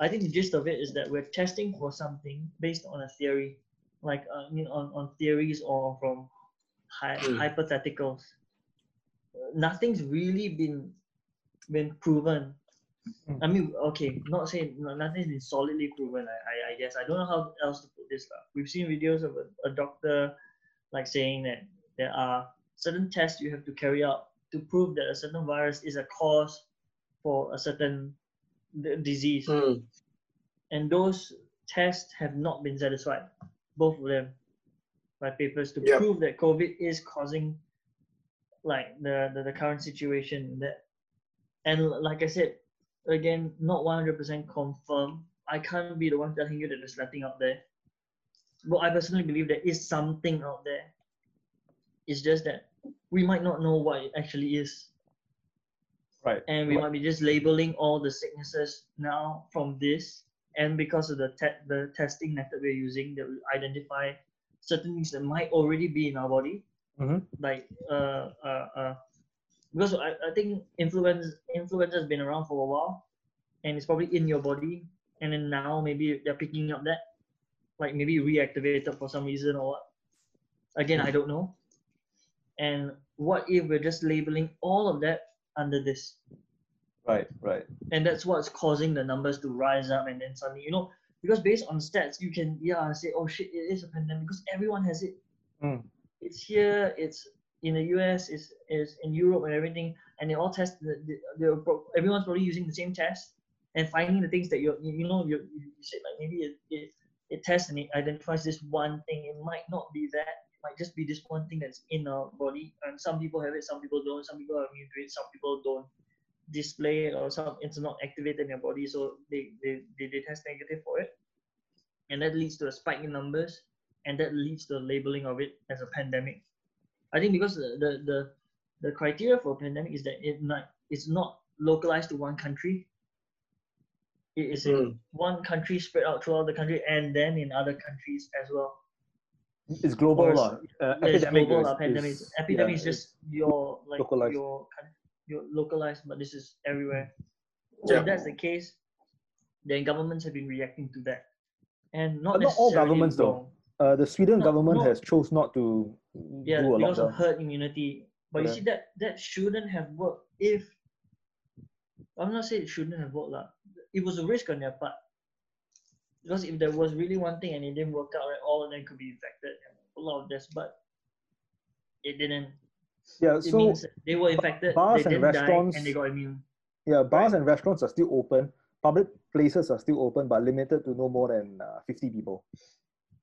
[SPEAKER 3] I think the gist of it is that we're testing for something based on a theory, like uh, I mean on, on theories or from hy-
[SPEAKER 2] Mm.
[SPEAKER 3] hypotheticals. Nothing's really been been proven.
[SPEAKER 1] Mm.
[SPEAKER 3] I mean, okay, not saying no- nothing's been solidly proven. I, I, I guess I don't know how else to put this. lah. We've seen videos of a, a doctor like saying that there are certain tests you have to carry out to prove that a certain virus is a cause for a certain d- disease and those tests have not been satisfied, both of them, by papers to
[SPEAKER 2] Yeah.
[SPEAKER 3] prove that COVID is causing like the, the, the current situation that and like I said, again, not one hundred percent confirmed. I can't be the one telling you that there's nothing out there. But I personally believe there is something out there. It's just that we might not know what it actually is
[SPEAKER 1] Right.
[SPEAKER 3] and we
[SPEAKER 1] Right.
[SPEAKER 3] might be just labeling all the sicknesses now from this and because of the te- the testing method we're using that we identify certain things that might already be in our body
[SPEAKER 1] Mhm.
[SPEAKER 3] like uh, uh, uh, because I, I think influenza influenza has been around for a while and it's probably in your body and then now maybe they're picking up that like maybe reactivated for some reason or what again i don't know and what if we're just labeling all of that under this
[SPEAKER 1] Right. Right.
[SPEAKER 3] and that's what's causing the numbers to rise up and then suddenly you know because based on stats you can yeah say oh shit it is a pandemic because everyone has it
[SPEAKER 1] Mm.
[SPEAKER 3] it's here it's in the us it's, it's in europe and everything and they all test the, the, they're pro- everyone's probably using the same test and finding the things that you're you you know you you said like maybe it, it it tests and it identifies this one thing it might not be that it might just be this one thing that's in our body and some people have it some people don't some people are immune to it some people don't display it or some it's not activated in their body so they, they, they, they test negative for it and that leads to a spike in numbers and that leads to the labeling of it as a pandemic i think because the the the, the criteria for a pandemic is that it not, it's not localized to one country it is in one country spread out throughout the country and then in other countries as well
[SPEAKER 1] It's global.
[SPEAKER 3] Or-
[SPEAKER 1] lah. Uh,
[SPEAKER 3] yeah, it's
[SPEAKER 1] epidemic
[SPEAKER 3] global
[SPEAKER 1] is-
[SPEAKER 3] uh, pandemic.
[SPEAKER 1] is-
[SPEAKER 3] epidemic
[SPEAKER 1] yeah,
[SPEAKER 3] is just your like
[SPEAKER 1] localized.
[SPEAKER 3] your coun- your localized, but this is everywhere. So
[SPEAKER 2] Yeah.
[SPEAKER 3] if that's the case, then governments have been reacting to that, and
[SPEAKER 1] But
[SPEAKER 3] not
[SPEAKER 1] not all
[SPEAKER 3] necessarily
[SPEAKER 1] governments, though.
[SPEAKER 3] wrong.
[SPEAKER 1] Uh, the Sweden
[SPEAKER 3] No,
[SPEAKER 1] government
[SPEAKER 3] no.
[SPEAKER 1] has chose not to
[SPEAKER 3] Yeah,
[SPEAKER 1] do a
[SPEAKER 3] because of
[SPEAKER 1] lockdown.
[SPEAKER 3] herd immunity. But you
[SPEAKER 1] Yeah.
[SPEAKER 3] see that that shouldn't have worked if I'm not saying it shouldn't have worked lah. It was a risk on their part. Because if there was really one thing and it didn't work out, right, all of them could be infected and a lot of deaths, but it didn't.
[SPEAKER 1] Yeah,
[SPEAKER 3] It
[SPEAKER 1] so
[SPEAKER 3] means that they were infected,
[SPEAKER 1] bars
[SPEAKER 3] they
[SPEAKER 1] and
[SPEAKER 3] didn't
[SPEAKER 1] restaurants-
[SPEAKER 3] die, and they got immune.
[SPEAKER 1] yeah, bars and restaurants are still open. Public places are still open, but limited to no more than uh, fifty people.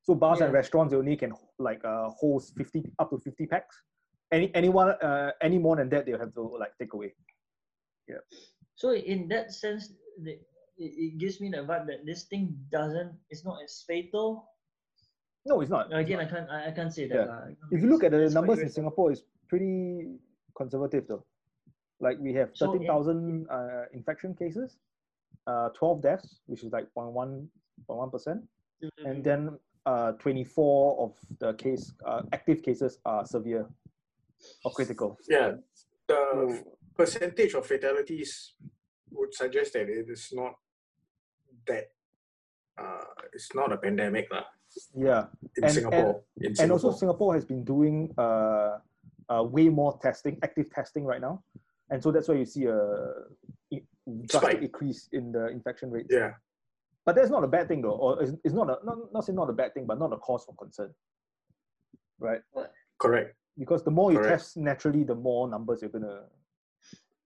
[SPEAKER 1] So bars and
[SPEAKER 3] Yeah.
[SPEAKER 1] restaurants only can like uh, host fifty up to fifty packs. Any anyone uh, any more than that, they'll have to like take away.
[SPEAKER 3] So in that sense, the, it, it gives me the vibe that this thing doesn't. It's not as fatal.
[SPEAKER 1] No, it's not.
[SPEAKER 3] Again, I can't. I, I can't say that.
[SPEAKER 1] Yeah.
[SPEAKER 3] lah.
[SPEAKER 1] If you look at the
[SPEAKER 3] That's quite
[SPEAKER 1] numbers in
[SPEAKER 3] irrelevant.
[SPEAKER 1] Singapore, it's pretty conservative though. Like we have
[SPEAKER 3] So in-
[SPEAKER 1] thirteen thousand uh, infection cases, uh, twelve deaths, which is like 0.1 percent, and then uh, twenty four of the case uh, active cases are severe or critical.
[SPEAKER 2] Yeah. The
[SPEAKER 1] So,
[SPEAKER 2] percentage of fatalities would suggest that it is not that uh, it's not a pandemic lah
[SPEAKER 1] yeah,
[SPEAKER 2] in
[SPEAKER 1] And-
[SPEAKER 2] Singapore. in
[SPEAKER 1] and
[SPEAKER 2] Singapore.
[SPEAKER 1] also Singapore has been doing uh, uh, way more testing, active testing right now. and so that's why you see a i- drastic
[SPEAKER 2] Spike.
[SPEAKER 1] increase in the infection rate.
[SPEAKER 2] Yeah.
[SPEAKER 1] But that's not a bad thing though, or it's, it's not a not not say not a bad thing, but not a cause for concern, right?
[SPEAKER 2] Correct.
[SPEAKER 1] Because the more you
[SPEAKER 2] Correct.
[SPEAKER 1] test naturally, the more numbers you're gonna.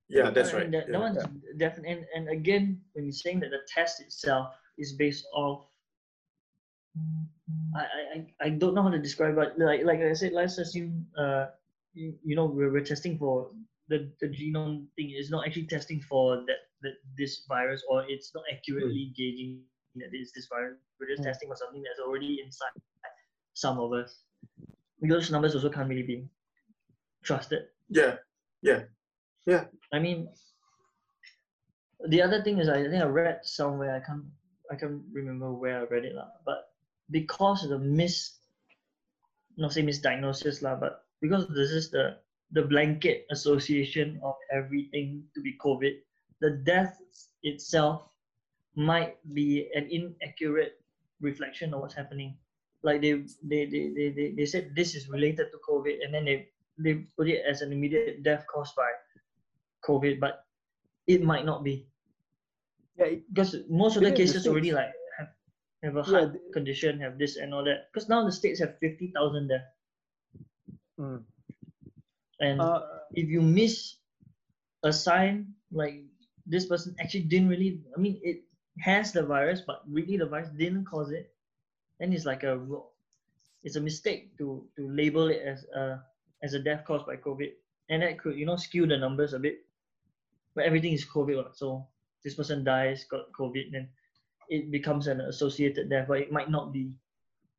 [SPEAKER 2] Yeah,
[SPEAKER 1] Yeah,
[SPEAKER 2] that's
[SPEAKER 3] I
[SPEAKER 2] right.
[SPEAKER 3] mean, That, that
[SPEAKER 2] Yeah.
[SPEAKER 3] one's definitely. And, and again, when you're saying that the test itself is based off, I, I, I- I don't know how to describe it. Like like I said, let's assume uh, you, you know we're, we're testing for the, the genome thing is not actually testing for that, that this virus or it's not
[SPEAKER 2] Hmm.
[SPEAKER 3] accurately gauging that it's this virus. We're just
[SPEAKER 1] Mm.
[SPEAKER 3] testing for something that's already inside some of us. Those numbers also can't really be trusted.
[SPEAKER 2] Yeah.
[SPEAKER 3] I mean, the other thing is, I think I read somewhere. I can't, I can't remember where I read it lah. But because of the mis, not say misdiagnosis lah, but because this is the the blanket association of everything to be COVID, the death itself might be an inaccurate reflection of what's happening. Like they they they they, they, they said this is related to COVID, and then they they put it as an immediate death caused by COVID, but it might not be
[SPEAKER 1] Yeah, it-
[SPEAKER 3] because most of the
[SPEAKER 1] It is the
[SPEAKER 3] cases already
[SPEAKER 1] States.
[SPEAKER 3] like have, have a
[SPEAKER 1] Yeah,
[SPEAKER 3] heart
[SPEAKER 1] th-
[SPEAKER 3] condition, have this and all that. Because now the states have fifty thousand there,
[SPEAKER 1] mm.
[SPEAKER 3] and
[SPEAKER 1] Uh,
[SPEAKER 3] if you miss a sign like this person actually didn't really, I mean, it has the virus, but really the virus didn't cause it, then it's like a ro- it's a mistake to to label it as a as a death caused by COVID, and that could you know skew the numbers a bit. But everything is COVID, what? so this person dies, got COVID, then it becomes an associated death, but it might not be.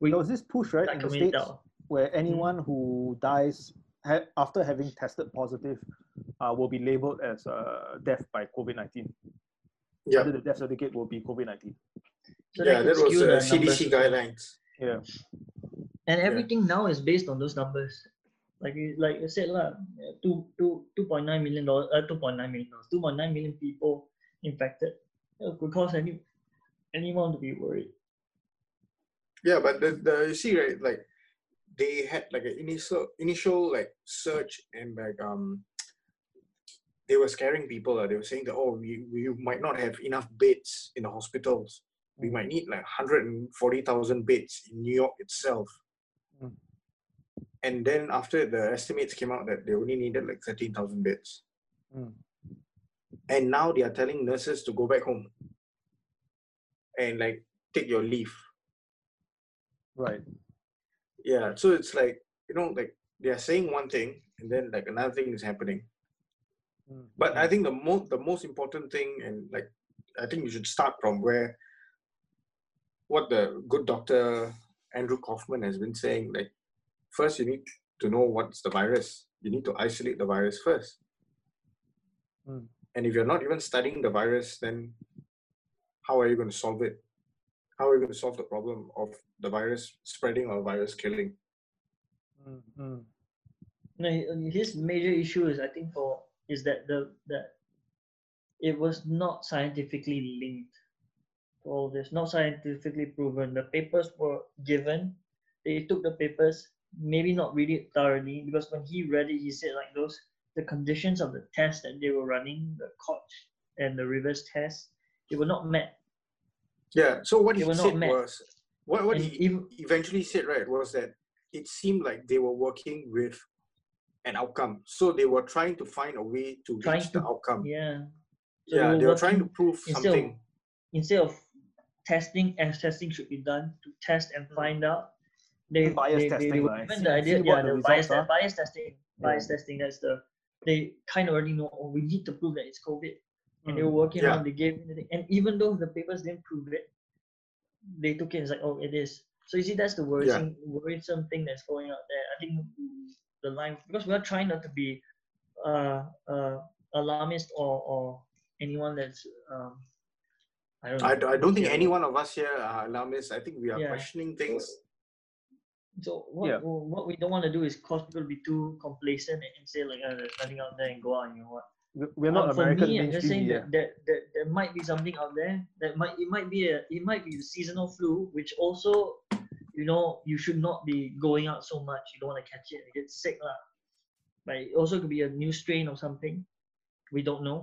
[SPEAKER 3] We
[SPEAKER 1] there was this push right in
[SPEAKER 3] like
[SPEAKER 1] the
[SPEAKER 3] community Mm.
[SPEAKER 1] states where anyone who dies ha- after having tested positive uh, will be labeled as uh, death by COVID nineteen.
[SPEAKER 2] Yeah.
[SPEAKER 1] Under the death certificate will be COVID nineteen.
[SPEAKER 3] So
[SPEAKER 2] yeah,
[SPEAKER 3] could
[SPEAKER 2] that was
[SPEAKER 3] skew
[SPEAKER 2] uh,
[SPEAKER 3] the numbers.
[SPEAKER 2] CDC guidelines.
[SPEAKER 1] Yeah.
[SPEAKER 3] and everything now is based on those numbers. Like you- like I said lah, two two two point nine million dollars, uh, two point nine million dollars, two point nine million people infected. It could cause any anyone to be worried.
[SPEAKER 2] Yeah, but the, the you see right, like they had like an initial initial like search and like um they were scaring people. Uh, they were saying that oh we, we might not have enough beds in the hospitals. We might need like hundred and forty thousand beds in New York itself.
[SPEAKER 1] Mm.
[SPEAKER 2] And then after the estimates came out that they only needed like thirteen thousand beds.
[SPEAKER 1] Mm.
[SPEAKER 2] And now they are telling nurses to go back home and like take your leave.
[SPEAKER 1] Right.
[SPEAKER 2] Yeah, so it's like you know, like they are saying one thing and then like another thing is happening.
[SPEAKER 1] Mm.
[SPEAKER 2] But I think the most the most important thing and like I think you should start from where what the good doctor Andrew Kaufman has been saying. Like first you need to know what's the virus. You need to isolate the virus first.
[SPEAKER 1] Mm.
[SPEAKER 2] And if you're not even studying the virus, then how are you going to solve it? How are you going to solve the problem of the virus spreading or virus killing?
[SPEAKER 1] Mm. Mm.
[SPEAKER 3] No, he- um, his major issue is I think for is that the that it was not scientifically linked to all this, not scientifically proven. The papers were given, they took the papers, maybe not read it thoroughly because when he read it, he said like those the conditions of the test that they were running, the Koch and the reverse test, they were not met.
[SPEAKER 2] Yeah. So what
[SPEAKER 3] They
[SPEAKER 2] he
[SPEAKER 3] were not
[SPEAKER 2] said
[SPEAKER 3] met.
[SPEAKER 2] was, what what
[SPEAKER 3] And
[SPEAKER 2] he
[SPEAKER 3] even
[SPEAKER 2] eventually said, right, was that it seemed like they were working with an outcome. So they were trying to find a way to
[SPEAKER 3] Trying
[SPEAKER 2] reach the
[SPEAKER 3] to-
[SPEAKER 2] outcome.
[SPEAKER 3] yeah. So
[SPEAKER 2] yeah, they were trying to
[SPEAKER 3] working-
[SPEAKER 2] prove
[SPEAKER 3] instead of-
[SPEAKER 2] something.
[SPEAKER 3] instead of testing as testing should be done to test and find out they
[SPEAKER 1] Bias
[SPEAKER 3] they, they, they
[SPEAKER 1] testing,
[SPEAKER 3] were
[SPEAKER 1] right?
[SPEAKER 3] given
[SPEAKER 1] See-
[SPEAKER 3] the idea
[SPEAKER 1] Mm. see
[SPEAKER 3] yeah
[SPEAKER 1] what the
[SPEAKER 3] the bias,
[SPEAKER 1] results are.
[SPEAKER 3] bias testing bias testing that's the they kind of already know oh, we need to prove that it's covid and they were
[SPEAKER 1] Mm.
[SPEAKER 3] working
[SPEAKER 2] Yeah.
[SPEAKER 3] on the game and even though the papers didn't prove it they took it as like oh it is so you see that's the worrisome worrisome thing that's going out there i think the line because we're trying not to be uh uh alarmist or or anyone that's um i don't know
[SPEAKER 2] I, d- I don't think
[SPEAKER 3] Yeah.
[SPEAKER 2] any one of us here are alarmists. I think we are
[SPEAKER 3] Yeah.
[SPEAKER 2] questioning things.
[SPEAKER 3] So what
[SPEAKER 1] Yeah.
[SPEAKER 3] wh- what we don't want to do is cause people to be too complacent and and say like oh, there's nothing out there and go out and you know what.
[SPEAKER 1] We- We're not
[SPEAKER 3] Um,
[SPEAKER 1] American
[SPEAKER 3] for me, I'm just
[SPEAKER 1] mainstream
[SPEAKER 3] saying
[SPEAKER 1] media.
[SPEAKER 3] that, that, that there might be something out there that might it might be a it might be the seasonal flu, which also you know you should not be going out so much. You don't want to catch it and get sick lah. But it also could be a new strain or something. we don't know.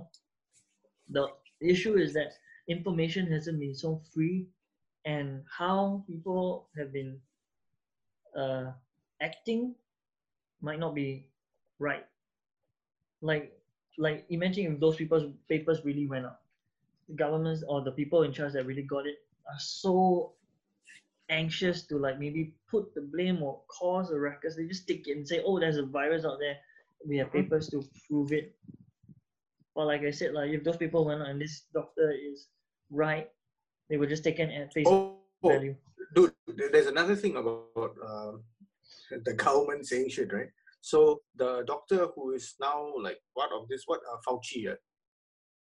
[SPEAKER 3] The issue is that information hasn't been so free, and how people have been uh, acting might not be right. Like, like imagine if those papers papers really went up. The governments or the people in charge that really got it are so anxious to like maybe put the blame or cause a ruckus. They just take it and say, "Oh, there's a virus out there. We have
[SPEAKER 2] Mm-hmm.
[SPEAKER 3] papers to prove it." But like I said, like if those people went out and this doctor is right, they were just taken at face
[SPEAKER 2] Oh, oh,
[SPEAKER 3] value.
[SPEAKER 2] dude, there's another thing about uh, the government saying shit, right? So the doctor who is now like what of this, what uh, Fauci, yeah,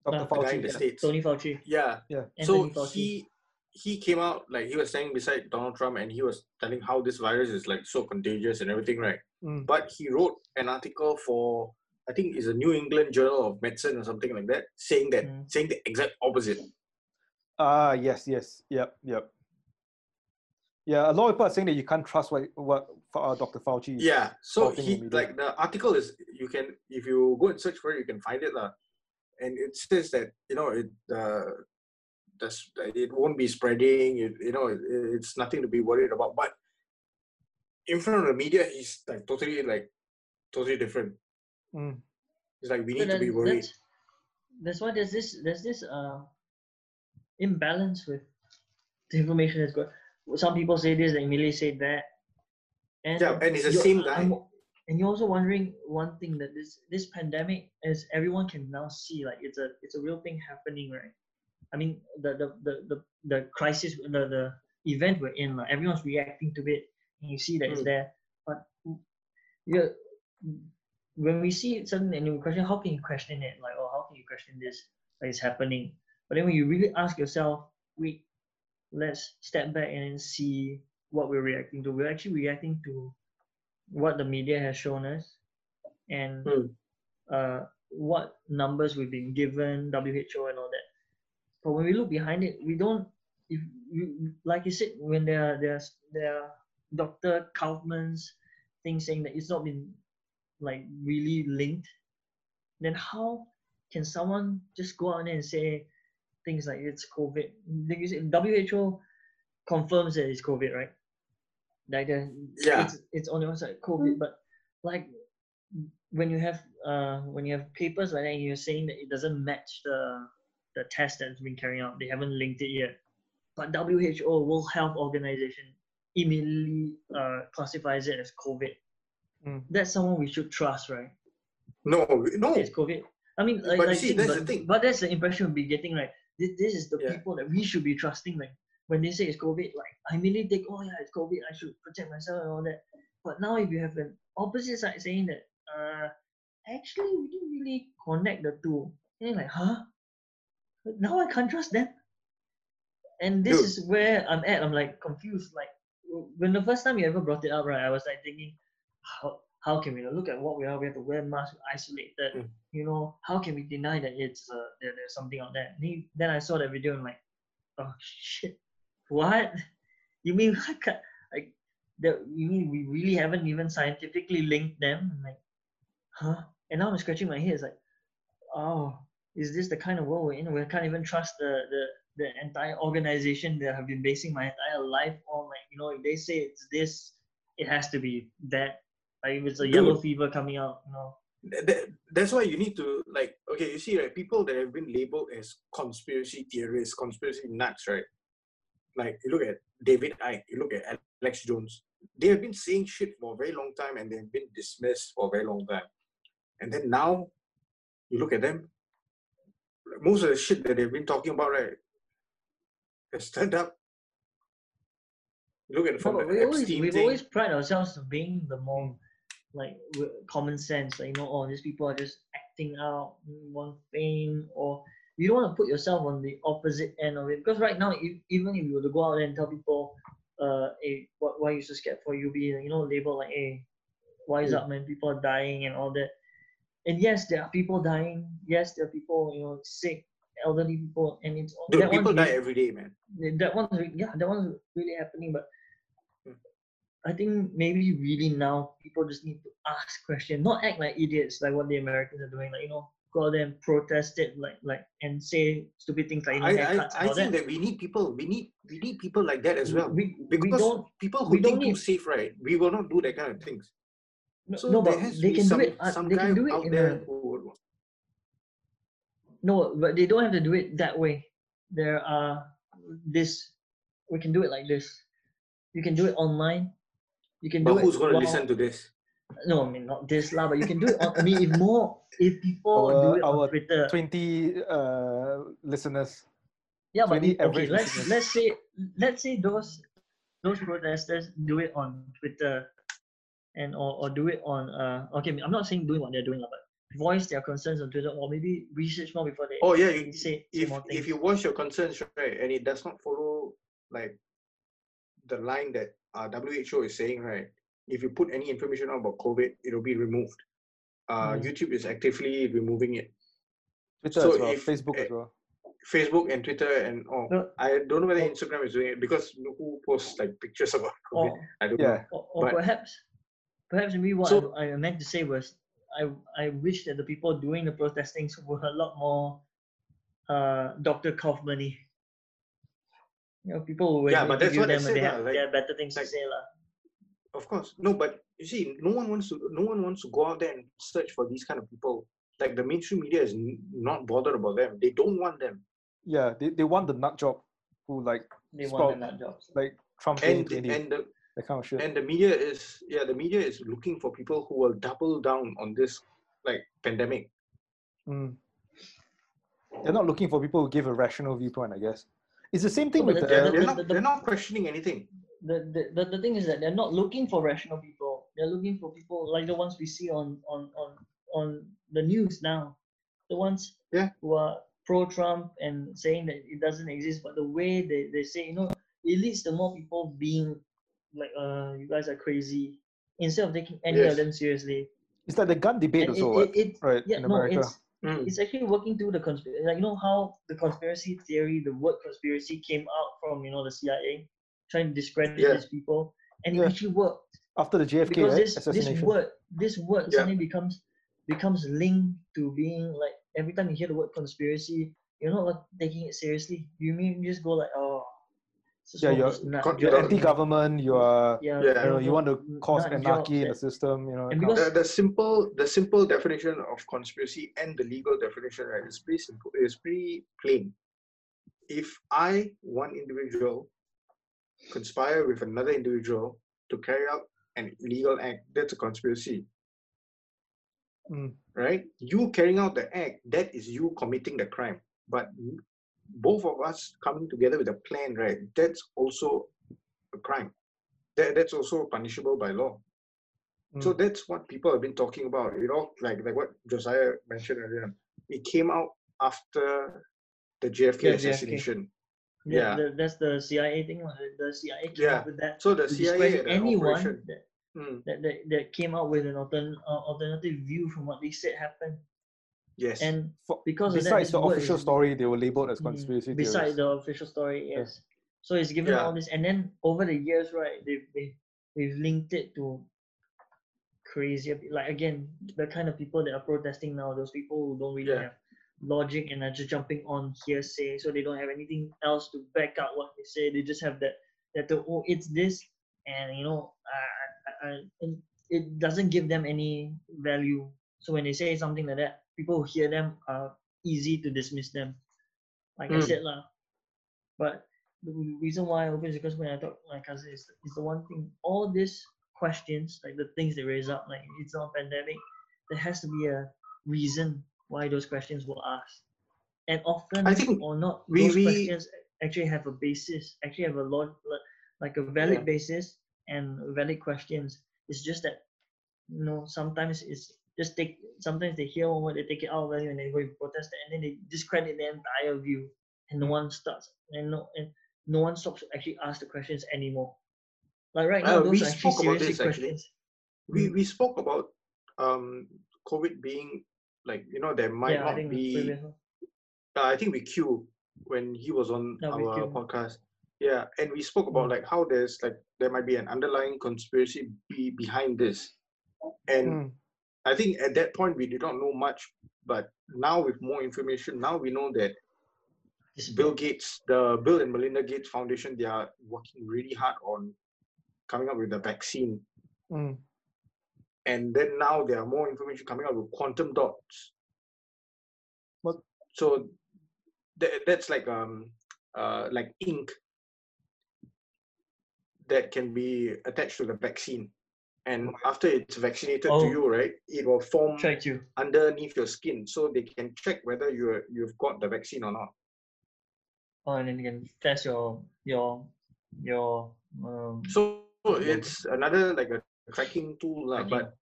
[SPEAKER 1] Dr.
[SPEAKER 3] Ah,
[SPEAKER 2] the guy in
[SPEAKER 1] Fauci.
[SPEAKER 2] the
[SPEAKER 1] yeah.
[SPEAKER 2] states,
[SPEAKER 3] Tony Fauci,
[SPEAKER 2] yeah.
[SPEAKER 1] Yeah.
[SPEAKER 2] So
[SPEAKER 3] Anthony Fauci.
[SPEAKER 2] he he came out like he was standing beside Donald Trump and he was telling how this virus is like so contagious and everything, right?
[SPEAKER 1] Mm.
[SPEAKER 2] But he wrote an article for I think it's a New England Journal of Medicine or something like that, saying that
[SPEAKER 3] Mm.
[SPEAKER 2] saying the exact opposite.
[SPEAKER 1] Ah, yes, yes, yep, yep. Yeah, a lot of people are saying that you can't trust what what uh, Dr. Fauci. is.
[SPEAKER 2] Yeah. So
[SPEAKER 1] Nothing
[SPEAKER 2] he
[SPEAKER 1] immediate.
[SPEAKER 2] like the article is you can if you go and search for it, you can find it lah. And it says that you know it uh, does it won't be spreading. It, you know it, it's nothing to be worried about. But in front of the media, he's like totally like totally different.
[SPEAKER 1] Mm.
[SPEAKER 2] It's like we
[SPEAKER 3] So
[SPEAKER 2] need to
[SPEAKER 3] then
[SPEAKER 2] be worried.
[SPEAKER 3] That's, that's why there's this there's this uh imbalance with the information that's got. Some people say this, they immediately say that. And
[SPEAKER 2] Yeah, and it's the
[SPEAKER 3] you're-
[SPEAKER 2] same guy.
[SPEAKER 3] I'm- and you're also wondering one thing that this this pandemic, as everyone can now see, like it's a it's a real thing happening, right? I mean, the the the the, the crisis, the the event we're in, like everyone's reacting to it, and you see that it's
[SPEAKER 2] Mm.
[SPEAKER 3] there. But you when we see something and you question, how can you question it? Like, oh, how can you question this? That is happening. But then when you really ask yourself, wait, let's step back and see what we're reacting to. We're actually reacting to what the media has shown us and
[SPEAKER 2] Hmm.
[SPEAKER 3] uh, what numbers we've been given, WHO and all that. But when we look behind it, we don't. If you, like you said, when there are there's there are Dr. Kaufman's thing saying that it's not been like really linked, then how can someone just go out there and say things like it's COVID? Like you said, WHO confirms that it's COVID, right? Like the,
[SPEAKER 2] Yeah.
[SPEAKER 3] it's it's on the website COVID, but like when you have uh when you have papers like that, and you're saying that it doesn't match the the test that's been carried out. They haven't linked it yet. But WHO, World Health Organization, immediately uh, classifies it as COVID.
[SPEAKER 1] Mm.
[SPEAKER 3] That's someone we should trust, right?
[SPEAKER 2] No, no.
[SPEAKER 3] It's COVID. I mean, like,
[SPEAKER 2] But you
[SPEAKER 3] like
[SPEAKER 2] see, that's the thing.
[SPEAKER 3] But that's the impression we'll be getting, right? This, this is the
[SPEAKER 2] Yeah.
[SPEAKER 3] people that we should be trusting. Like when they say it's COVID, like I immediately think, oh yeah, it's COVID. I should protect myself and all that. But now if you have an opposite side saying that, uh, actually we didn't really connect the two. And you're like, huh? Now I can't trust them. And this
[SPEAKER 2] Dude.
[SPEAKER 3] is where I'm at. I'm like confused. Like w- when the first time you ever brought it up, right? I was like thinking, how how can we not look at what we are? We have to wear masks, isolated.
[SPEAKER 2] Mm.
[SPEAKER 3] You know, how can we deny that it's uh, that there's something out there? Then then I saw that video and I'm like, oh shit, what? You mean I can't, like that? You mean we really haven't even scientifically linked them? I'm like, huh? And now I'm scratching my head. It's like, oh, is this the kind of world we're in? We can't even trust the the the entire organization that I've been basing my entire life on. Like, you know, if they say it's this, it has to be that. Like, if it's a
[SPEAKER 2] Dude.
[SPEAKER 3] yellow fever coming out, you know.
[SPEAKER 2] Th- th- that's why you need to like okay you see right people that have been labeled as conspiracy theorists conspiracy nuts right like you look at david ike you look at alex jones they have been saying shit for a very long time and they've been dismissed for a very long time and then now you look at them like, most of the shit that they've been talking about right has turned up you look at
[SPEAKER 3] No,
[SPEAKER 2] from
[SPEAKER 3] but
[SPEAKER 2] the
[SPEAKER 3] we always,
[SPEAKER 2] Epstein
[SPEAKER 3] we've
[SPEAKER 2] thing.
[SPEAKER 3] always pride ourselves of being the more like w- common sense. Like, you know, oh, these people are just acting out mm, one thing, or you don't want to put yourself on the opposite end of it. Because right now, if, even if you were to go out there and tell people, uh, hey, what, why are you so scared for? You'll be, you know, labeled like, hey, wise
[SPEAKER 2] Mm.
[SPEAKER 3] up, man, people are dying and all that. And yes, there are people dying. Yes, there are people, you know, sick, elderly people, and it's all
[SPEAKER 2] Dude,
[SPEAKER 3] that one
[SPEAKER 2] people
[SPEAKER 3] is-
[SPEAKER 2] die every day man
[SPEAKER 3] that one's re- yeah that one's really happening but
[SPEAKER 2] Mm.
[SPEAKER 3] i think maybe really now people just need to ask questions not act like idiots like what the americans are doing like you know go out there and protest it, like like and say stupid things like you know,
[SPEAKER 2] I, I,
[SPEAKER 3] haircuts
[SPEAKER 2] I
[SPEAKER 3] and all
[SPEAKER 2] think that we need people. We need we need people like that as well.
[SPEAKER 3] We, we
[SPEAKER 2] Because
[SPEAKER 3] don't
[SPEAKER 2] people
[SPEAKER 3] we
[SPEAKER 2] who
[SPEAKER 3] don't
[SPEAKER 2] think too
[SPEAKER 3] need-
[SPEAKER 2] safe, right? We will not do that kind of things.
[SPEAKER 3] no,
[SPEAKER 2] So
[SPEAKER 3] no
[SPEAKER 2] there
[SPEAKER 3] but
[SPEAKER 2] has to
[SPEAKER 3] they
[SPEAKER 2] be
[SPEAKER 3] can
[SPEAKER 2] some,
[SPEAKER 3] do it. uh,
[SPEAKER 2] some
[SPEAKER 3] they
[SPEAKER 2] guy
[SPEAKER 3] can do it
[SPEAKER 2] out
[SPEAKER 3] in
[SPEAKER 2] there
[SPEAKER 3] a,
[SPEAKER 2] who would
[SPEAKER 3] No, but they don't have to do it that way. There are this. We can do it like this. You can do it online. You can
[SPEAKER 2] But
[SPEAKER 3] do it.
[SPEAKER 2] who's going to
[SPEAKER 3] while-
[SPEAKER 2] listen to this?
[SPEAKER 3] No, I mean not this lah. But you can do it. On, I mean, if more, if people
[SPEAKER 1] Our-
[SPEAKER 3] do it
[SPEAKER 1] our
[SPEAKER 3] on Twitter.
[SPEAKER 1] 20 uh, listeners.
[SPEAKER 3] yeah, but
[SPEAKER 1] 20
[SPEAKER 3] if- okay.
[SPEAKER 1] average
[SPEAKER 3] Let's
[SPEAKER 1] listeners.
[SPEAKER 3] let's say let's say those those protesters do it on Twitter, and or, or do it on uh. Okay, I'm not saying doing what they're doing lah, but voice their concerns on Twitter or maybe research more before they
[SPEAKER 2] Oh yeah, you,
[SPEAKER 3] say, say
[SPEAKER 2] if
[SPEAKER 3] more
[SPEAKER 2] if
[SPEAKER 3] things.
[SPEAKER 2] you voice your concerns right and it does not follow like the line that uh, WHO is saying right, if you put any information out about COVID, it'll be removed. Uh,
[SPEAKER 3] Mm.
[SPEAKER 2] YouTube is actively removing it.
[SPEAKER 1] Twitter
[SPEAKER 2] So
[SPEAKER 1] as well,
[SPEAKER 2] if-
[SPEAKER 1] Facebook as
[SPEAKER 2] eh,
[SPEAKER 1] well.
[SPEAKER 2] Facebook and Twitter and all.
[SPEAKER 3] No.
[SPEAKER 2] I don't know whether
[SPEAKER 3] Oh.
[SPEAKER 2] Instagram is doing it because who posts like pictures about COVID.
[SPEAKER 3] or,
[SPEAKER 2] I don't know.
[SPEAKER 1] Yeah.
[SPEAKER 3] or, or
[SPEAKER 2] But-
[SPEAKER 3] perhaps perhaps maybe what
[SPEAKER 2] So-
[SPEAKER 3] I, I meant to say was I I wish that the people doing the protestings were a lot more uh Dr. Kaufman you know, people who
[SPEAKER 2] Yeah,
[SPEAKER 3] will
[SPEAKER 2] but that's
[SPEAKER 3] interview
[SPEAKER 2] what I
[SPEAKER 3] them and they
[SPEAKER 2] said lah,
[SPEAKER 3] have,
[SPEAKER 2] like-
[SPEAKER 3] they have better things
[SPEAKER 2] like-
[SPEAKER 3] to say lah.
[SPEAKER 2] Of course, no. But you see, no one wants to. No one wants to go out there and search for these kind of people. Like the mainstream media is n- not bothered about them. They don't want them.
[SPEAKER 1] Yeah, they, they want the nut job who like
[SPEAKER 3] They
[SPEAKER 1] Spout.
[SPEAKER 3] want the nut jobs.
[SPEAKER 1] like Trump
[SPEAKER 2] And
[SPEAKER 1] 2020,
[SPEAKER 2] and the
[SPEAKER 1] that kind of shit.
[SPEAKER 2] and the media is yeah the media is looking for people who will double down on this like pandemic.
[SPEAKER 1] Mm. They're not looking for people who give a rational viewpoint, I guess. It's the same thing
[SPEAKER 3] but
[SPEAKER 1] with
[SPEAKER 3] the-
[SPEAKER 1] the,
[SPEAKER 2] They're
[SPEAKER 3] the-
[SPEAKER 2] not
[SPEAKER 3] the-
[SPEAKER 2] they're not questioning anything.
[SPEAKER 3] The, the, the, the thing is that they're not looking for rational people. They're looking for people like the ones we see on on on, on the news now. The ones
[SPEAKER 2] Yeah.
[SPEAKER 3] who are pro Trump and saying that it doesn't exist, but the way they, they say, you know, it leads to more people being like, uh, you guys are crazy instead of taking any
[SPEAKER 2] Yes.
[SPEAKER 3] of them seriously.
[SPEAKER 1] it's like the gun debate
[SPEAKER 3] And
[SPEAKER 1] also,
[SPEAKER 3] it,
[SPEAKER 1] what,
[SPEAKER 3] it, it-
[SPEAKER 1] right?
[SPEAKER 3] yeah,
[SPEAKER 1] in
[SPEAKER 3] no,
[SPEAKER 1] America.
[SPEAKER 3] it's
[SPEAKER 2] Mm.
[SPEAKER 3] it's actually working through the conspiracy. Like you know how the conspiracy theory, the word conspiracy came out from you know the CIA trying to discredit
[SPEAKER 2] Yeah.
[SPEAKER 3] these people, and it
[SPEAKER 1] Yeah.
[SPEAKER 3] actually worked
[SPEAKER 1] After the JFK
[SPEAKER 3] because
[SPEAKER 1] right?
[SPEAKER 3] this this
[SPEAKER 1] assassination.
[SPEAKER 3] word this word
[SPEAKER 2] Yeah.
[SPEAKER 3] suddenly becomes becomes linked to being like every time you hear the word conspiracy, you're not like taking it seriously. You mean you just go like oh, it's just
[SPEAKER 1] Yeah,
[SPEAKER 3] one
[SPEAKER 1] you're-
[SPEAKER 3] person, nah,
[SPEAKER 2] con-
[SPEAKER 1] you're
[SPEAKER 2] Yeah.
[SPEAKER 3] job,
[SPEAKER 1] anti-government. You are,
[SPEAKER 3] Yeah,
[SPEAKER 2] Yeah.
[SPEAKER 1] you know, you want to
[SPEAKER 3] nut
[SPEAKER 1] cause
[SPEAKER 3] job,
[SPEAKER 1] anarchy in the
[SPEAKER 3] that-
[SPEAKER 1] system. You know,
[SPEAKER 3] And
[SPEAKER 1] that kind of-
[SPEAKER 2] The, the simple the simple definition of conspiracy and the legal definition right is pretty simple is pretty plain. If I one individual conspire with another individual to carry out an illegal act, that's a conspiracy,
[SPEAKER 1] Mm.
[SPEAKER 2] right? You carrying out the act, that is you committing the crime. But you- both of us coming together with a plan, right? That's also a crime. That, that's also punishable by law. So
[SPEAKER 3] Hmm.
[SPEAKER 1] Mm.
[SPEAKER 2] that's what people have been talking about. You know, like like what Josiah mentioned earlier. It came out after the JFK
[SPEAKER 3] Yeah, JFK.
[SPEAKER 2] assassination.
[SPEAKER 3] Yeah,
[SPEAKER 2] Yeah.
[SPEAKER 3] the- that's the CIA thing. lah. The- The CIA came
[SPEAKER 2] Yeah.
[SPEAKER 3] up with that
[SPEAKER 2] So the
[SPEAKER 3] to
[SPEAKER 2] CIA
[SPEAKER 3] discredit
[SPEAKER 2] had an
[SPEAKER 3] anyone
[SPEAKER 2] operation.
[SPEAKER 3] that,
[SPEAKER 2] Mm,
[SPEAKER 3] that, that, that came out with an altern, uh, alternative view from what they said happened.
[SPEAKER 2] yes.
[SPEAKER 3] And
[SPEAKER 1] For-
[SPEAKER 3] because of that,
[SPEAKER 1] besides
[SPEAKER 3] this
[SPEAKER 1] the
[SPEAKER 3] word
[SPEAKER 1] official
[SPEAKER 3] is-
[SPEAKER 1] story, they were labeled as
[SPEAKER 3] Mm,
[SPEAKER 1] conspiracy theories.
[SPEAKER 3] Besides the official story,
[SPEAKER 1] Yeah.
[SPEAKER 3] yes. So it's given
[SPEAKER 2] Yeah.
[SPEAKER 3] all this, and then over the years, right? They've they, they've linked it to crazy, ab- like again, the kind of people that are protesting now. Those people who don't really
[SPEAKER 2] Yeah.
[SPEAKER 3] have logic and are just jumping on hearsay, so they don't have anything else to back up what they say. They just have that that the oh it's this, and you know, I, I, I, and it doesn't give them any value. So when they say something like that, people who hear them are easy to dismiss them. Like I
[SPEAKER 2] Mm.
[SPEAKER 3] said, lah. But the re- reason why I open is because when I talk like I said, it's, it's the one thing. All these questions, like the things they raise up, like it's not a pandemic. There has to be a reason why those questions were asked, and often
[SPEAKER 2] I think
[SPEAKER 3] or not,
[SPEAKER 2] we-
[SPEAKER 3] those
[SPEAKER 2] we-
[SPEAKER 3] questions actually have a basis. Actually, have a lot like a valid basis and valid questions. It's just that you know sometimes it's just take sometimes they hear one word, they take it out of value and they go and protest it, and then they discredit the entire view and no
[SPEAKER 2] Mm.
[SPEAKER 3] one starts and no and no one stops to actually ask the questions anymore. Like right now,
[SPEAKER 2] Uh, we
[SPEAKER 3] those are actually
[SPEAKER 2] spoke about
[SPEAKER 3] seriously
[SPEAKER 2] this, actually.
[SPEAKER 3] questions.
[SPEAKER 2] we
[SPEAKER 3] Mm.
[SPEAKER 2] we spoke about um COVID being like you know there might
[SPEAKER 3] yeah, I
[SPEAKER 2] not
[SPEAKER 3] think
[SPEAKER 2] be.
[SPEAKER 3] previous one.
[SPEAKER 2] uh, I think with Q when he was on
[SPEAKER 3] Yeah, with
[SPEAKER 2] our
[SPEAKER 3] Q.
[SPEAKER 2] podcast. Yeah, and we spoke about
[SPEAKER 3] Mm.
[SPEAKER 2] like how there's like there might be an underlying conspiracy be behind this, and
[SPEAKER 1] Mm.
[SPEAKER 3] Hmm.
[SPEAKER 2] I think at that point we did not know much But now with more information, now we know that Bill Gates, the Bill and Melinda Gates Foundation, they are working really hard on coming up with a vaccine.
[SPEAKER 1] Mm.
[SPEAKER 2] And then now there are more information coming out with quantum dots.
[SPEAKER 1] What?
[SPEAKER 2] So tha- that's like um uh, like ink that can be attached to the vaccine. And after it's vaccinated
[SPEAKER 3] Oh.
[SPEAKER 2] to you, right, it will form
[SPEAKER 3] Track you.
[SPEAKER 2] underneath your skin, so they can check whether you are- you've got the vaccine or not.
[SPEAKER 3] Oh, and then you can test your your your um.
[SPEAKER 1] Mm.
[SPEAKER 2] So
[SPEAKER 3] Okay.
[SPEAKER 2] it's another like a tracking tool, lah,
[SPEAKER 3] Tracking.
[SPEAKER 2] but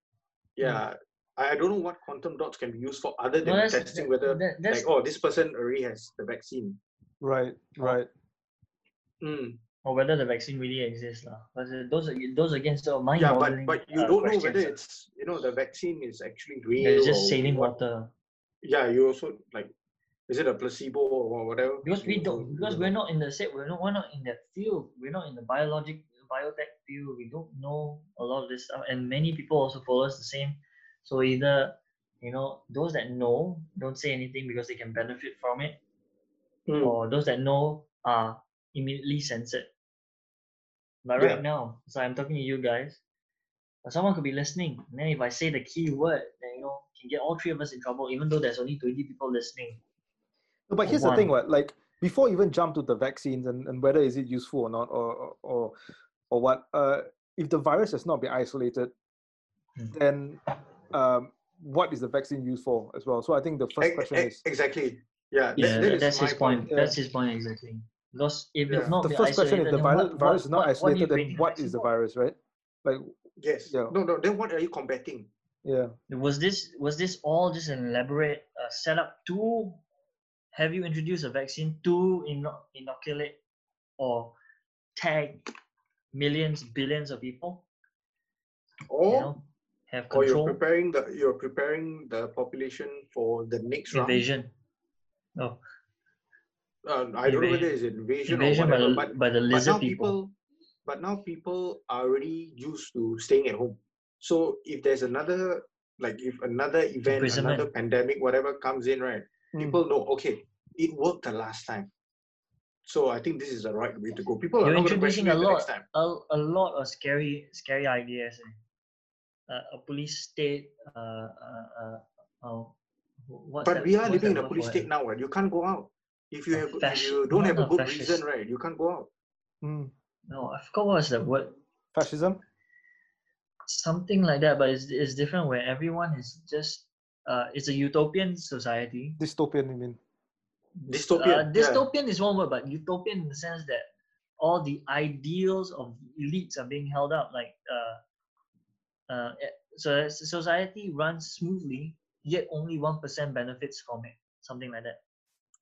[SPEAKER 2] yeah,
[SPEAKER 1] Mm.
[SPEAKER 2] I I don't know what quantum dots can be used for other
[SPEAKER 3] No,
[SPEAKER 2] than
[SPEAKER 3] that's-
[SPEAKER 2] testing whether
[SPEAKER 3] that, that's
[SPEAKER 2] like oh this person already has the vaccine.
[SPEAKER 1] Right, right.
[SPEAKER 2] Mm.
[SPEAKER 3] or whether the vaccine really exists lah. But uh, those are those again sort of mind uh,
[SPEAKER 2] Yeah, but but you don't know whether it's you know the vaccine is actually real.
[SPEAKER 3] it's just
[SPEAKER 2] or
[SPEAKER 3] saving
[SPEAKER 2] what-
[SPEAKER 3] water
[SPEAKER 2] Yeah, you also like is it a placebo or whatever?
[SPEAKER 3] because we
[SPEAKER 2] You
[SPEAKER 3] don't because
[SPEAKER 2] you
[SPEAKER 3] we're not in the set we're not we're not in that field we're not in the biologic biotech field we don't know a lot of this stuff and many people also follow us the same so either you know those that know don't say anything because they can benefit from it
[SPEAKER 2] Mm.
[SPEAKER 3] or those that know are immediately censored. But
[SPEAKER 2] Yeah.
[SPEAKER 3] right now, so I'm talking to you guys, uh, someone could be listening. And then if I say the key word, then you know, can get all three of us in trouble, even though there's only 20 people listening.
[SPEAKER 1] No, but here's the thing, right? Like before you even jump to the vaccines and, and whether is it useful or not or or or what, uh, if the virus has not been isolated,
[SPEAKER 3] Hmm.
[SPEAKER 1] then um, what is the vaccine used for as well? So I think the first
[SPEAKER 2] Ex-
[SPEAKER 1] question
[SPEAKER 2] ex-
[SPEAKER 1] is
[SPEAKER 2] exactly. Yeah, that-
[SPEAKER 3] Yeah,
[SPEAKER 2] that is
[SPEAKER 3] that's
[SPEAKER 2] my uh,
[SPEAKER 3] his point.
[SPEAKER 1] point,
[SPEAKER 3] That's his point exactly. Because if
[SPEAKER 2] Yeah.
[SPEAKER 3] it's not
[SPEAKER 1] the
[SPEAKER 3] been
[SPEAKER 1] first question
[SPEAKER 3] isolated,
[SPEAKER 1] if the
[SPEAKER 3] then
[SPEAKER 1] virus,
[SPEAKER 3] what-
[SPEAKER 1] virus
[SPEAKER 3] what-
[SPEAKER 1] is not
[SPEAKER 3] what- what are you
[SPEAKER 1] isolated, then
[SPEAKER 3] creating a
[SPEAKER 1] what is the
[SPEAKER 3] vaccine
[SPEAKER 1] virus, right? Like
[SPEAKER 2] Yes.
[SPEAKER 1] Yeah.
[SPEAKER 2] No, no. Then what are you combating?
[SPEAKER 1] yeah.
[SPEAKER 3] for? Was this was this all just an elaborate uh, setup to have you introduced a vaccine to ino- inoculate or tag millions, billions of people?
[SPEAKER 2] Or
[SPEAKER 3] you know, have
[SPEAKER 2] or you're
[SPEAKER 3] control
[SPEAKER 2] preparing the you're preparing the population for the next round.
[SPEAKER 3] invasion. Oh,
[SPEAKER 2] Uh, I don't know whether
[SPEAKER 3] Invasion.
[SPEAKER 2] it's invasion,
[SPEAKER 3] invasion
[SPEAKER 2] or
[SPEAKER 3] by
[SPEAKER 2] whatever,
[SPEAKER 3] the,
[SPEAKER 2] but
[SPEAKER 3] by the
[SPEAKER 2] but now
[SPEAKER 3] lizard people.
[SPEAKER 2] people but now people are already used to staying at home. So if there's another like if another event,
[SPEAKER 3] Imprisonment. Hmm.
[SPEAKER 2] another pandemic, whatever comes in, right?
[SPEAKER 1] Mm.
[SPEAKER 2] People know okay, it worked the last time. So I think this is the right way to go. People are
[SPEAKER 3] You're
[SPEAKER 2] not going to question
[SPEAKER 3] introducing a
[SPEAKER 2] it the
[SPEAKER 3] lot,
[SPEAKER 2] next time.
[SPEAKER 3] a, a lot of scary, scary ideas. eh. Uh, a police state. Uh, uh, uh, oh, wh- what's
[SPEAKER 2] But
[SPEAKER 3] that-
[SPEAKER 2] we are
[SPEAKER 3] what's
[SPEAKER 2] living in
[SPEAKER 3] that
[SPEAKER 2] a
[SPEAKER 3] word
[SPEAKER 2] police
[SPEAKER 3] for
[SPEAKER 2] state
[SPEAKER 3] it?
[SPEAKER 2] now, right? You can't go out. If you
[SPEAKER 3] A
[SPEAKER 2] have if
[SPEAKER 3] fasc-
[SPEAKER 2] you don't
[SPEAKER 3] not
[SPEAKER 2] have a
[SPEAKER 3] a
[SPEAKER 2] good
[SPEAKER 3] fascist.
[SPEAKER 2] reason, right? You can't go out.
[SPEAKER 1] Mm.
[SPEAKER 3] No, I forgot what's the word.
[SPEAKER 1] Fascism.
[SPEAKER 3] Something like that, but it's, it's different where everyone is just. Uh, it's a utopian society.
[SPEAKER 1] Dystopian you mean.
[SPEAKER 2] Dystopian.
[SPEAKER 3] Uh,
[SPEAKER 2] yeah.
[SPEAKER 3] dystopian is one word, but utopian in the sense that all the ideals of elites are being held up. Like, uh, uh, e- so as the society runs smoothly, yet only one percent benefits from it. Something like that.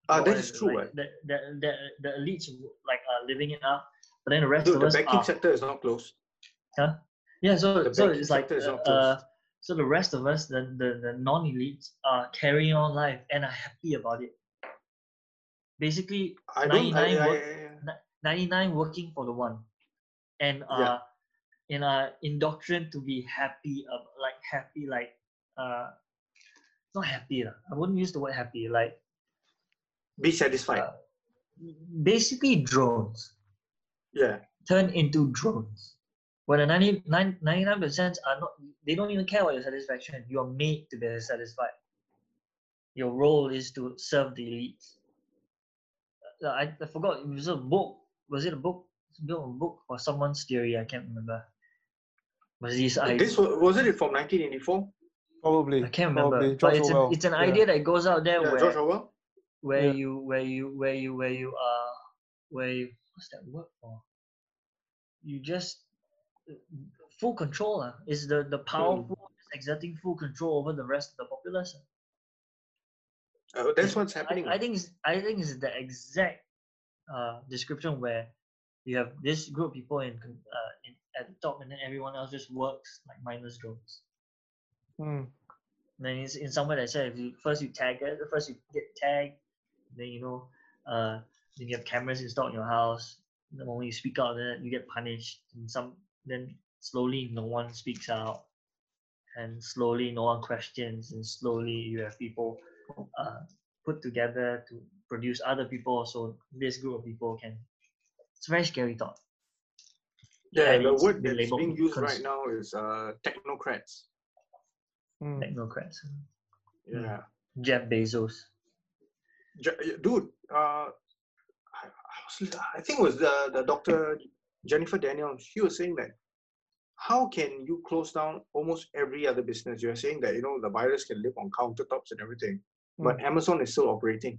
[SPEAKER 2] Ah,
[SPEAKER 3] Or
[SPEAKER 2] that is true.
[SPEAKER 3] Like,
[SPEAKER 2] right?
[SPEAKER 3] the, the, the, the elites like are living it up, but then the rest
[SPEAKER 2] Dude,
[SPEAKER 3] of
[SPEAKER 2] the
[SPEAKER 3] us
[SPEAKER 2] banking
[SPEAKER 3] are.
[SPEAKER 2] sector is not closed.
[SPEAKER 3] yeah, so
[SPEAKER 2] the
[SPEAKER 3] so
[SPEAKER 2] banking
[SPEAKER 3] it's like
[SPEAKER 2] sector is
[SPEAKER 3] uh,
[SPEAKER 2] not
[SPEAKER 3] uh,
[SPEAKER 2] closed.
[SPEAKER 3] so the rest of us, the the, the non elites, are carrying on life and are happy about it. Basically,
[SPEAKER 2] I don't. I,
[SPEAKER 3] 99
[SPEAKER 2] I,
[SPEAKER 3] work- 99 working for the one and
[SPEAKER 2] Yeah.
[SPEAKER 3] uh and uh indoctrined to be happy uh, like happy like uh not happy lah. i wouldn't use the word happy like
[SPEAKER 2] be satisfied.
[SPEAKER 3] Uh, basically drones
[SPEAKER 2] yeah.
[SPEAKER 3] turn into drones when the 99 percent are not they don't even care about your satisfaction you're made to be satisfied your role is to serve the elite Uh, I, I forgot it was a book was it a book It's built on a book or someone's theory i can't remember was this idea
[SPEAKER 2] this was, wasn't it from 1984?
[SPEAKER 1] Probably.
[SPEAKER 3] I can't remember.
[SPEAKER 1] Probably.
[SPEAKER 3] But
[SPEAKER 1] George
[SPEAKER 3] it's,
[SPEAKER 1] Orwell.
[SPEAKER 3] an, it's an
[SPEAKER 1] Yeah.
[SPEAKER 3] idea that goes out there
[SPEAKER 2] Yeah,
[SPEAKER 3] where,
[SPEAKER 2] George Orwell.
[SPEAKER 3] where
[SPEAKER 1] Yeah.
[SPEAKER 3] you where you where you where you uh where you, what's that word for? You just uh, full control uh, is the the powerful just exerting full control over the rest of the populace. ah.
[SPEAKER 2] Uh, that's what's happening.
[SPEAKER 3] I, I think it's, I think it's the exact uh description where you have this group of people in con- uh in, at the top and then everyone else just works like mindless drones.
[SPEAKER 1] Mm.
[SPEAKER 3] And then it's in somewhere that said if you first you tag it, first you get tagged, then you know, uh, then you have cameras installed in your house. The moment you speak out, then you get punished. And some then slowly no one speaks out, and slowly no one questions, and slowly you have people uh, put together to produce other people so this group of people can. It's a very scary thought.
[SPEAKER 2] Yeah,
[SPEAKER 3] And
[SPEAKER 2] the
[SPEAKER 3] it's
[SPEAKER 2] word
[SPEAKER 3] been
[SPEAKER 2] that's
[SPEAKER 3] labelled
[SPEAKER 2] being used
[SPEAKER 3] cons-
[SPEAKER 2] right now is uh, technocrats.
[SPEAKER 1] Mm.
[SPEAKER 3] Technocrats.
[SPEAKER 2] Yeah.
[SPEAKER 3] Hmm. Jeff Bezos.
[SPEAKER 2] J- dude, uh, I, I, was, I think it was the, the doctor Jennifer Daniels. She was saying that how can you close down almost every other business? You're saying that you know the virus can live on countertops and everything, but
[SPEAKER 3] Hmm.
[SPEAKER 2] Amazon is still operating.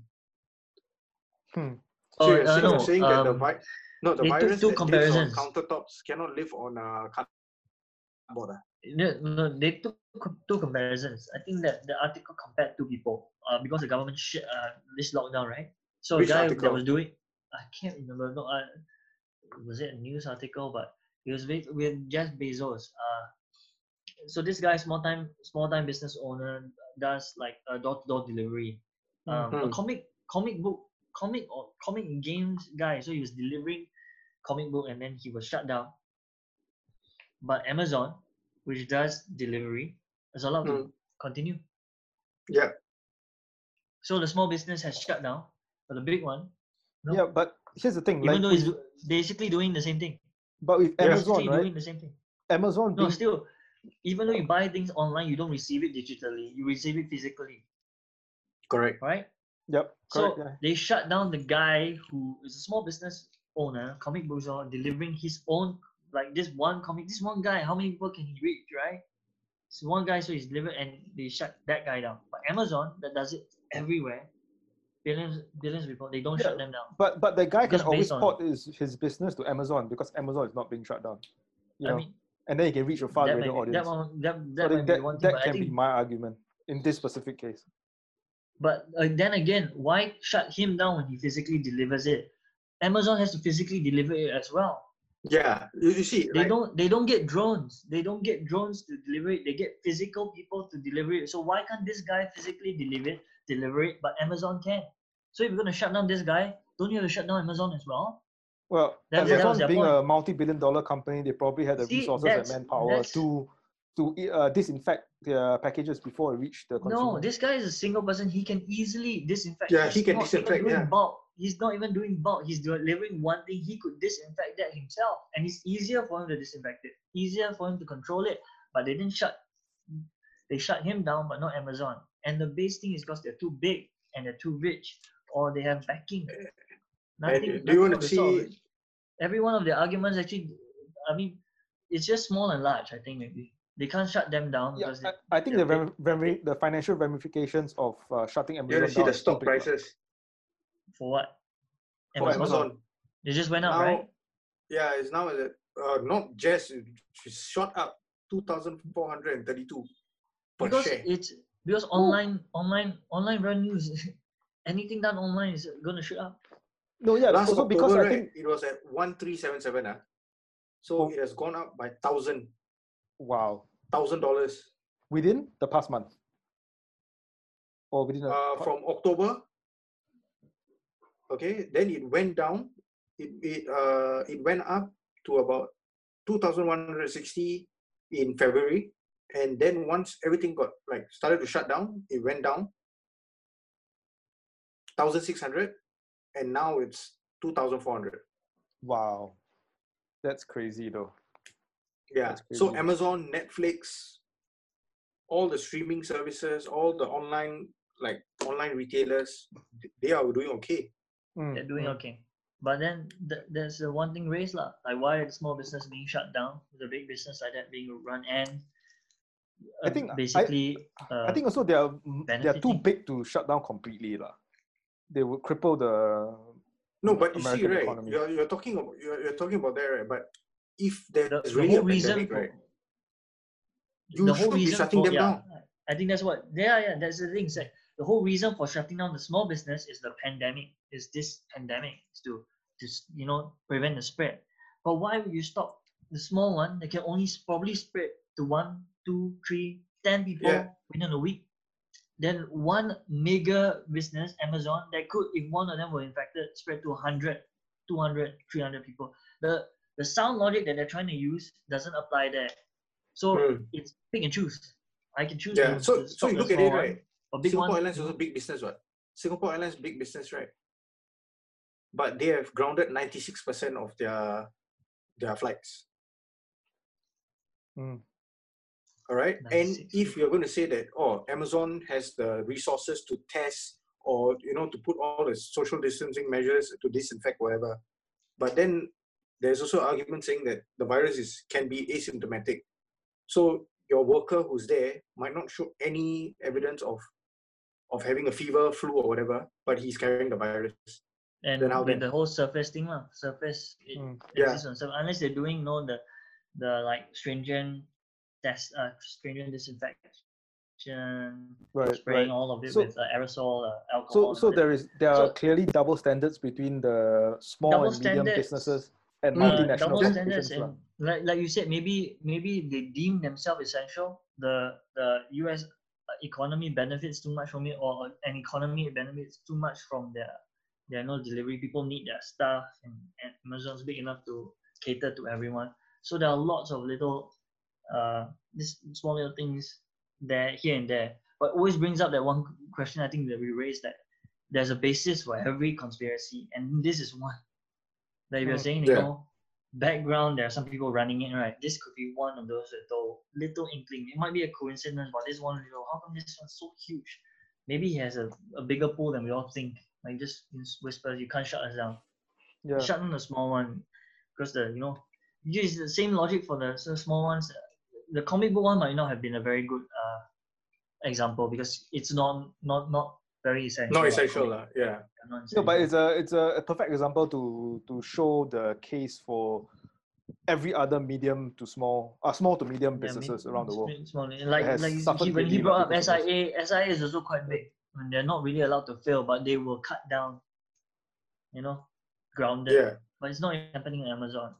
[SPEAKER 1] hmm.
[SPEAKER 2] So
[SPEAKER 3] Or,
[SPEAKER 2] you're,
[SPEAKER 3] uh,
[SPEAKER 2] saying, you're
[SPEAKER 3] no,
[SPEAKER 2] saying that the
[SPEAKER 3] um,
[SPEAKER 2] vi- no, the
[SPEAKER 3] they took
[SPEAKER 2] virus
[SPEAKER 3] two
[SPEAKER 2] that lives on
[SPEAKER 3] comparisons.
[SPEAKER 2] countertops cannot live on uh, cardboard. ah.
[SPEAKER 3] No, no, they took com- two comparisons. I think that the article compared two people uh, because the government sh- uh, this lockdown, right? So
[SPEAKER 2] Which
[SPEAKER 3] a guy
[SPEAKER 2] article?
[SPEAKER 3] that was doing, I can't remember. No, uh, was it a news article? But it was with, with Jeff Bezos. Uh, so this guy, small time, small time business owner, does like a door to door delivery. Um, A
[SPEAKER 1] Mm-hmm.
[SPEAKER 2] Mhm.
[SPEAKER 3] comic, comic book, comic or comic games guy. So he was delivering comic book, and then he was shut down. But Amazon, which does delivery, is allowed
[SPEAKER 1] Mm.
[SPEAKER 3] to continue.
[SPEAKER 2] Yeah.
[SPEAKER 3] So the small business has shut down, but the big one, no.
[SPEAKER 1] Yeah, but here's the thing.
[SPEAKER 3] even
[SPEAKER 1] Like,
[SPEAKER 3] though it's basically doing the same thing,
[SPEAKER 1] but with
[SPEAKER 2] Yeah.
[SPEAKER 1] Amazon,
[SPEAKER 3] basically
[SPEAKER 1] right?
[SPEAKER 3] doing the same thing.
[SPEAKER 1] Amazon
[SPEAKER 3] No,
[SPEAKER 1] being
[SPEAKER 3] still, even though you buy things online, you don't receive it digitally. You receive it physically,
[SPEAKER 2] Correct.
[SPEAKER 3] right?
[SPEAKER 1] Yep. Correct.
[SPEAKER 3] so
[SPEAKER 1] yeah.
[SPEAKER 3] they shut down the guy who is a small business owner, comic book owner, delivering his own like this one comic. This one guy, how many people can he reach, right? It's one guy, so he's delivered, and they shut that guy down. But Amazon that does it everywhere, billions, billions of people, they don't shut
[SPEAKER 1] Yeah.
[SPEAKER 3] them down.
[SPEAKER 1] But but the guy can
[SPEAKER 3] Just
[SPEAKER 1] always
[SPEAKER 3] based on-
[SPEAKER 1] port his, his business to Amazon because Amazon is not being shut down. You know,
[SPEAKER 3] I mean,
[SPEAKER 1] and then he can reach a far
[SPEAKER 3] that,
[SPEAKER 1] greater
[SPEAKER 3] might be,
[SPEAKER 1] audience.
[SPEAKER 3] that one,
[SPEAKER 1] So
[SPEAKER 3] that, that might
[SPEAKER 1] then
[SPEAKER 3] be
[SPEAKER 1] that,
[SPEAKER 3] one thing,
[SPEAKER 1] that
[SPEAKER 3] but I
[SPEAKER 1] can
[SPEAKER 3] think
[SPEAKER 1] be my argument in this specific case.
[SPEAKER 3] But uh, then again, why shut him down when he physically delivers it? Amazon has to physically deliver it as well.
[SPEAKER 2] Yeah. You, you see,
[SPEAKER 3] They
[SPEAKER 2] like,
[SPEAKER 3] don't. They don't get drones. They don't get drones to deliver it. They get physical people to deliver it. So why can't this guy physically deliver it? Deliver it, but Amazon can. So if you're gonna shut down this guy, don't you have to shut down Amazon as well?
[SPEAKER 1] Well,
[SPEAKER 3] That-
[SPEAKER 2] that
[SPEAKER 1] Amazon
[SPEAKER 3] was their
[SPEAKER 1] being
[SPEAKER 3] point.
[SPEAKER 1] a multi-billion dollar company, they probably had the
[SPEAKER 3] See,
[SPEAKER 1] resources and
[SPEAKER 3] that's-
[SPEAKER 1] manpower
[SPEAKER 3] that's-
[SPEAKER 1] to to uh, disinfect their packages before it reached the consumer.
[SPEAKER 3] No, this guy is a single person. He can easily disinfect.
[SPEAKER 2] Yeah,
[SPEAKER 3] He's
[SPEAKER 2] he can
[SPEAKER 3] not even
[SPEAKER 2] disinfect,
[SPEAKER 3] doing
[SPEAKER 2] yeah.
[SPEAKER 3] Bulk. He's not even doing bulk. He's delivering one thing. He could disinfect that himself, and it's easier for him to disinfect it. Easier for him to control it. But they didn't shut. They shut him down, but not Amazon. And the base thing is because they're too big and they're too rich, or they have backing. Nothing.
[SPEAKER 2] do you
[SPEAKER 3] nothing
[SPEAKER 2] wanna
[SPEAKER 3] of the sort of
[SPEAKER 2] see-
[SPEAKER 3] it. Every one of the arguments actually, I mean, it's just small and large. I think maybe they can't shut them down
[SPEAKER 1] yeah,
[SPEAKER 3] because they,
[SPEAKER 1] I, I think the
[SPEAKER 3] they're
[SPEAKER 1] ram- ram- the financial ramifications of uh, shutting
[SPEAKER 2] you
[SPEAKER 1] Amazon
[SPEAKER 2] want to see
[SPEAKER 1] down
[SPEAKER 2] the
[SPEAKER 1] is so
[SPEAKER 2] stock
[SPEAKER 1] big, right?
[SPEAKER 2] prices
[SPEAKER 3] for what?
[SPEAKER 1] For
[SPEAKER 2] for Amazon.
[SPEAKER 3] They just went up,
[SPEAKER 2] now,
[SPEAKER 3] right?
[SPEAKER 2] yeah, it's now at, uh, not just it's shot up two thousand four hundred and thirty-two per
[SPEAKER 3] Because
[SPEAKER 2] share.
[SPEAKER 3] it's because online online online revenues, anything done online is gonna shoot up.
[SPEAKER 1] No, yeah,
[SPEAKER 2] Last
[SPEAKER 1] also
[SPEAKER 2] October,
[SPEAKER 1] because I
[SPEAKER 2] right,
[SPEAKER 1] think
[SPEAKER 2] it was at one three seven seven. Ah, so
[SPEAKER 1] Oh.
[SPEAKER 2] it has gone up by thousand
[SPEAKER 1] wow,
[SPEAKER 2] thousand dollars
[SPEAKER 1] within the past month or within the
[SPEAKER 2] uh, from October. Okay, then it went down. It it uh it went up to about two thousand one hundred sixty in February, and then once everything got like started to shut down, it went down. Thousand six hundred, and now it's two thousand four hundred.
[SPEAKER 1] wow, that's crazy though.
[SPEAKER 2] Yeah.
[SPEAKER 1] That's
[SPEAKER 2] So
[SPEAKER 1] crazy.
[SPEAKER 2] Amazon, Netflix, all the streaming services, all the online like online retailers, th- they are doing okay.
[SPEAKER 1] Mm,
[SPEAKER 3] They're doing
[SPEAKER 1] mm.
[SPEAKER 3] okay. But then th- there's the one thing raised lah. Like why are the small business being shut down? The big business like that being run and
[SPEAKER 1] I
[SPEAKER 3] uh,
[SPEAKER 1] think I-
[SPEAKER 3] basically uh,
[SPEAKER 1] I think also they are mm, they are too
[SPEAKER 3] benefiting.
[SPEAKER 1] big to shut down completely lah. They would cripple the
[SPEAKER 2] No, but you see,
[SPEAKER 1] American
[SPEAKER 2] right?
[SPEAKER 1] economy.
[SPEAKER 2] You're, you're talking about you're, you're talking about that, right? But if there's
[SPEAKER 3] the, the
[SPEAKER 2] really a
[SPEAKER 3] whole reason
[SPEAKER 2] pandemic,
[SPEAKER 3] for,
[SPEAKER 2] right? You
[SPEAKER 3] the
[SPEAKER 2] should
[SPEAKER 3] whole
[SPEAKER 2] be
[SPEAKER 3] reason
[SPEAKER 2] shutting
[SPEAKER 3] for,
[SPEAKER 2] them
[SPEAKER 3] yeah,
[SPEAKER 2] down.
[SPEAKER 3] I I think that's what yeah yeah that's the thing. It's like the whole reason for shutting down the small business is the pandemic. Is this pandemic is to just you know prevent the spread. But why would you stop the small one that can only s- probably spread to one, two, three, ten people
[SPEAKER 2] Yeah.
[SPEAKER 3] within a week? Then one mega business, Amazon, that could, if one of them were infected, spread to 100, 200, 300 people. The the sound logic that they're trying to use doesn't apply there. So
[SPEAKER 2] Mm.
[SPEAKER 1] Hmm.
[SPEAKER 3] it's pick and choose. I can choose.
[SPEAKER 2] Yeah.
[SPEAKER 3] to-
[SPEAKER 2] So
[SPEAKER 3] to
[SPEAKER 2] so
[SPEAKER 3] stop
[SPEAKER 2] you
[SPEAKER 3] the
[SPEAKER 2] look at
[SPEAKER 3] small
[SPEAKER 2] it,
[SPEAKER 3] one,
[SPEAKER 2] right?
[SPEAKER 3] A big
[SPEAKER 2] Singapore
[SPEAKER 3] one.
[SPEAKER 2] Airlines is also big business, what? Singapore Airlines big business, right? But they have grounded ninety six percent of their their flights.
[SPEAKER 1] Mm.
[SPEAKER 2] All right, and
[SPEAKER 3] 96.
[SPEAKER 2] if you're going to say that, oh, Amazon has the resources to test or you know to put all the social distancing measures to disinfect whatever, but then there's also argument saying that the virus is can be asymptomatic, so your worker who's there might not show any evidence of of having a fever, flu, or whatever, but he's carrying the virus.
[SPEAKER 3] and
[SPEAKER 2] then how
[SPEAKER 3] with
[SPEAKER 2] then? Hmm.
[SPEAKER 3] the whole surface thing, lah, surface it
[SPEAKER 1] Mm.
[SPEAKER 2] Yeah.
[SPEAKER 3] exists on surface. Unless they're doing no the the like stringent test, uh, stringent disinfection,
[SPEAKER 1] Right,
[SPEAKER 3] spraying
[SPEAKER 1] right.
[SPEAKER 3] all of it
[SPEAKER 1] So-
[SPEAKER 3] with uh, aerosol, uh,
[SPEAKER 1] So,
[SPEAKER 3] alcohol.
[SPEAKER 1] so there is there
[SPEAKER 3] So-
[SPEAKER 1] are clearly double standards between the small
[SPEAKER 3] Double
[SPEAKER 1] and medium
[SPEAKER 3] standards.
[SPEAKER 1] businesses and
[SPEAKER 3] uh,
[SPEAKER 1] multinational
[SPEAKER 3] double standards
[SPEAKER 1] corporations. lah.
[SPEAKER 3] and like, like you said maybe maybe they deem themselves essential the the us economy benefits too much from it or an economy benefits too much from their their no delivery people need their stuff and, and amazon's big enough to cater to everyone so there are lots of little uh this small little things there here and there but always brings up that one question i think that we raised that there's a basis for every conspiracy and this is one that if you're
[SPEAKER 1] Mm.
[SPEAKER 3] saying you
[SPEAKER 2] Yeah.
[SPEAKER 3] know background there are some people running it right this could be one of those little little inkling it might be a coincidence but this one little how come this one's so huge maybe he has a, a bigger pool than we all think like just whispers you can't shut us down
[SPEAKER 1] Yeah.
[SPEAKER 3] shut down the small one because the you know use the same logic for the so small ones the comic book one might not have been a very good uh example because it's not not not very essential
[SPEAKER 2] Not
[SPEAKER 3] uh,
[SPEAKER 2] essential,
[SPEAKER 3] comic-
[SPEAKER 2] lah. yeah.
[SPEAKER 3] not
[SPEAKER 1] No, but
[SPEAKER 3] essential.
[SPEAKER 1] it's a it's a, a perfect example to to show the case for every other medium to small, uh, small to medium
[SPEAKER 3] Yeah, I mean,
[SPEAKER 1] businesses around the
[SPEAKER 3] it's
[SPEAKER 1] world.
[SPEAKER 3] been- it's more like- Like,
[SPEAKER 1] has
[SPEAKER 3] like you-
[SPEAKER 1] suffered
[SPEAKER 3] he, when he
[SPEAKER 1] greatly
[SPEAKER 3] brought up
[SPEAKER 1] because of
[SPEAKER 3] SIA, SIA is also quite big. When they're not really allowed to fail, but they will cut down, you know, grounded.
[SPEAKER 2] Yeah.
[SPEAKER 3] But it's not happening on Amazon.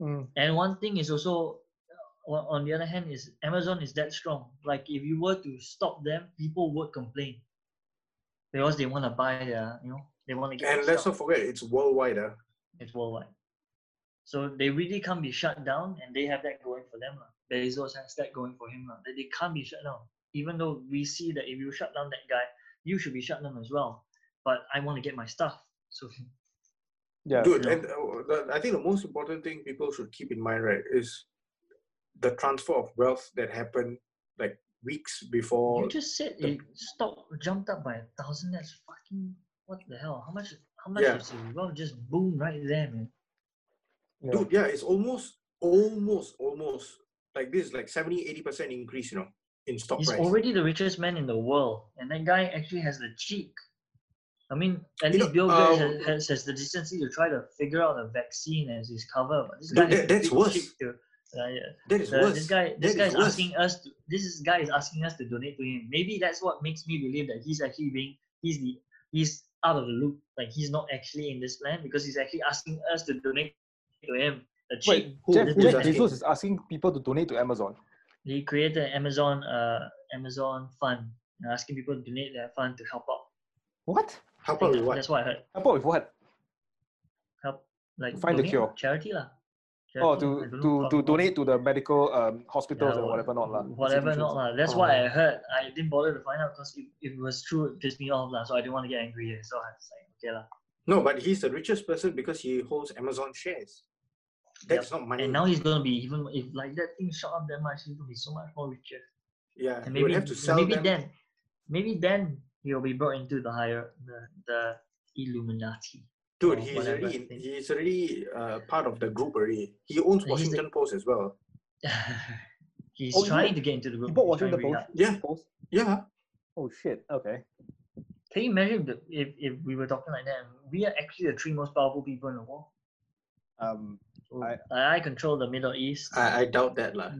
[SPEAKER 1] Mm,
[SPEAKER 3] And one thing is also, uh, on on the other hand, is Amazon is that strong. Like if you were to stop them, people would complain because they want to buy their, you know, they want to get.
[SPEAKER 2] And
[SPEAKER 3] their
[SPEAKER 2] let's
[SPEAKER 3] stuff.
[SPEAKER 2] not forget, it's worldwide. Uh.
[SPEAKER 3] it's worldwide. So they really can't be shut down, and they have that going for them. lah. Bezos has that going for him. lah, That they can't be shut down. Even though we see that if you shut down that guy, you should be shut down as well. But I want to get my stuff. So
[SPEAKER 1] yeah,
[SPEAKER 2] Dude,
[SPEAKER 3] Yeah.
[SPEAKER 2] and uh, the, I think the most important thing people should keep in mind, right, is the transfer of wealth that happened like weeks before.
[SPEAKER 3] you just said
[SPEAKER 2] the-
[SPEAKER 3] it stock jumped up by a thousand. That's fucking what the hell? How much? How much
[SPEAKER 2] Yeah.
[SPEAKER 3] is it? Well, just boom right there, man.
[SPEAKER 1] yeah.
[SPEAKER 2] Dude, yeah, it's almost, almost, almost like this, is like 70, 80% increase, you know, in stock
[SPEAKER 3] He's
[SPEAKER 2] price.
[SPEAKER 3] already the richest man in the world, and that guy actually has the cheek. I mean, at
[SPEAKER 2] You
[SPEAKER 3] least
[SPEAKER 2] know,
[SPEAKER 3] Bill
[SPEAKER 2] um,
[SPEAKER 3] Gates has, has, has the decency to try to figure out a vaccine as his cover, but this
[SPEAKER 2] Dude,
[SPEAKER 3] guy has
[SPEAKER 2] that-
[SPEAKER 3] the
[SPEAKER 2] that's
[SPEAKER 3] big
[SPEAKER 2] worse.
[SPEAKER 3] cheek to- uh, yeah.
[SPEAKER 2] that is
[SPEAKER 3] The-
[SPEAKER 2] worse.
[SPEAKER 3] this guy, this
[SPEAKER 2] That
[SPEAKER 3] guy
[SPEAKER 2] is
[SPEAKER 3] is
[SPEAKER 2] worse.
[SPEAKER 3] asking us. To, this is guy is asking us to donate to him. Maybe that's what makes me believe that he's actually being he's the he's out of the loop. Like he's not actually in this plan because he's actually asking us to donate to him. The cheek.
[SPEAKER 1] Wait,
[SPEAKER 2] who-
[SPEAKER 1] Jeff,
[SPEAKER 3] who's
[SPEAKER 1] Jeff
[SPEAKER 2] asking?
[SPEAKER 1] Bezos is asking people to donate to Amazon.
[SPEAKER 3] he created an Amazon uh Amazon fund, you know, asking people to donate their fund to help out.
[SPEAKER 1] What?
[SPEAKER 2] How
[SPEAKER 3] I
[SPEAKER 2] about
[SPEAKER 3] think
[SPEAKER 2] what?
[SPEAKER 3] That's what I heard.
[SPEAKER 1] Help out with what?
[SPEAKER 3] Help like
[SPEAKER 1] Find the
[SPEAKER 3] donate
[SPEAKER 1] cure.
[SPEAKER 3] lah, charity lah.
[SPEAKER 1] Oh,
[SPEAKER 3] Charity lah, I
[SPEAKER 1] to
[SPEAKER 3] don't know
[SPEAKER 1] to
[SPEAKER 3] how-
[SPEAKER 1] to
[SPEAKER 3] how-
[SPEAKER 1] donate to the medical um, hospitals
[SPEAKER 3] Yeah,
[SPEAKER 1] and
[SPEAKER 3] what-
[SPEAKER 1] whatever not lah.
[SPEAKER 3] Whatever not
[SPEAKER 1] institutions.
[SPEAKER 3] lah. That's
[SPEAKER 1] Oh.
[SPEAKER 3] what I heard. I didn't bother to find out because if, if it was true, it pissed me off lah. So I didn't want to get angry. eh, So I was like, okay lah.
[SPEAKER 2] No, but he's the richest person because he holds Amazon shares. That's not money.
[SPEAKER 3] And now he's gonna be even if like that thing shot up that much, he's gonna be so much more richer.
[SPEAKER 2] yeah,
[SPEAKER 3] And
[SPEAKER 2] you
[SPEAKER 3] maybe
[SPEAKER 2] would have to sell
[SPEAKER 3] maybe
[SPEAKER 2] them.
[SPEAKER 3] then, maybe then he'll be brought into the higher the the Illuminati.
[SPEAKER 2] Dude,
[SPEAKER 3] or
[SPEAKER 2] he's
[SPEAKER 3] whatever
[SPEAKER 2] already
[SPEAKER 3] thing.
[SPEAKER 2] in, he's already uh, part of the group already. He owns
[SPEAKER 3] And he's the-
[SPEAKER 2] Washington Post as well.
[SPEAKER 3] he's
[SPEAKER 1] Oh, you
[SPEAKER 3] trying
[SPEAKER 1] bought-
[SPEAKER 3] to get into the group.
[SPEAKER 1] You bought
[SPEAKER 3] He's trying
[SPEAKER 1] Washington
[SPEAKER 3] really
[SPEAKER 1] Post?
[SPEAKER 3] hard.
[SPEAKER 2] Yeah,
[SPEAKER 1] Post?
[SPEAKER 2] yeah.
[SPEAKER 1] Oh shit. Okay.
[SPEAKER 3] Can you imagine if, the- if if we were talking like that? and We are actually the three most powerful people in the world.
[SPEAKER 1] Um. I-
[SPEAKER 3] I, I control the Middle East.
[SPEAKER 2] I, I doubt that lah.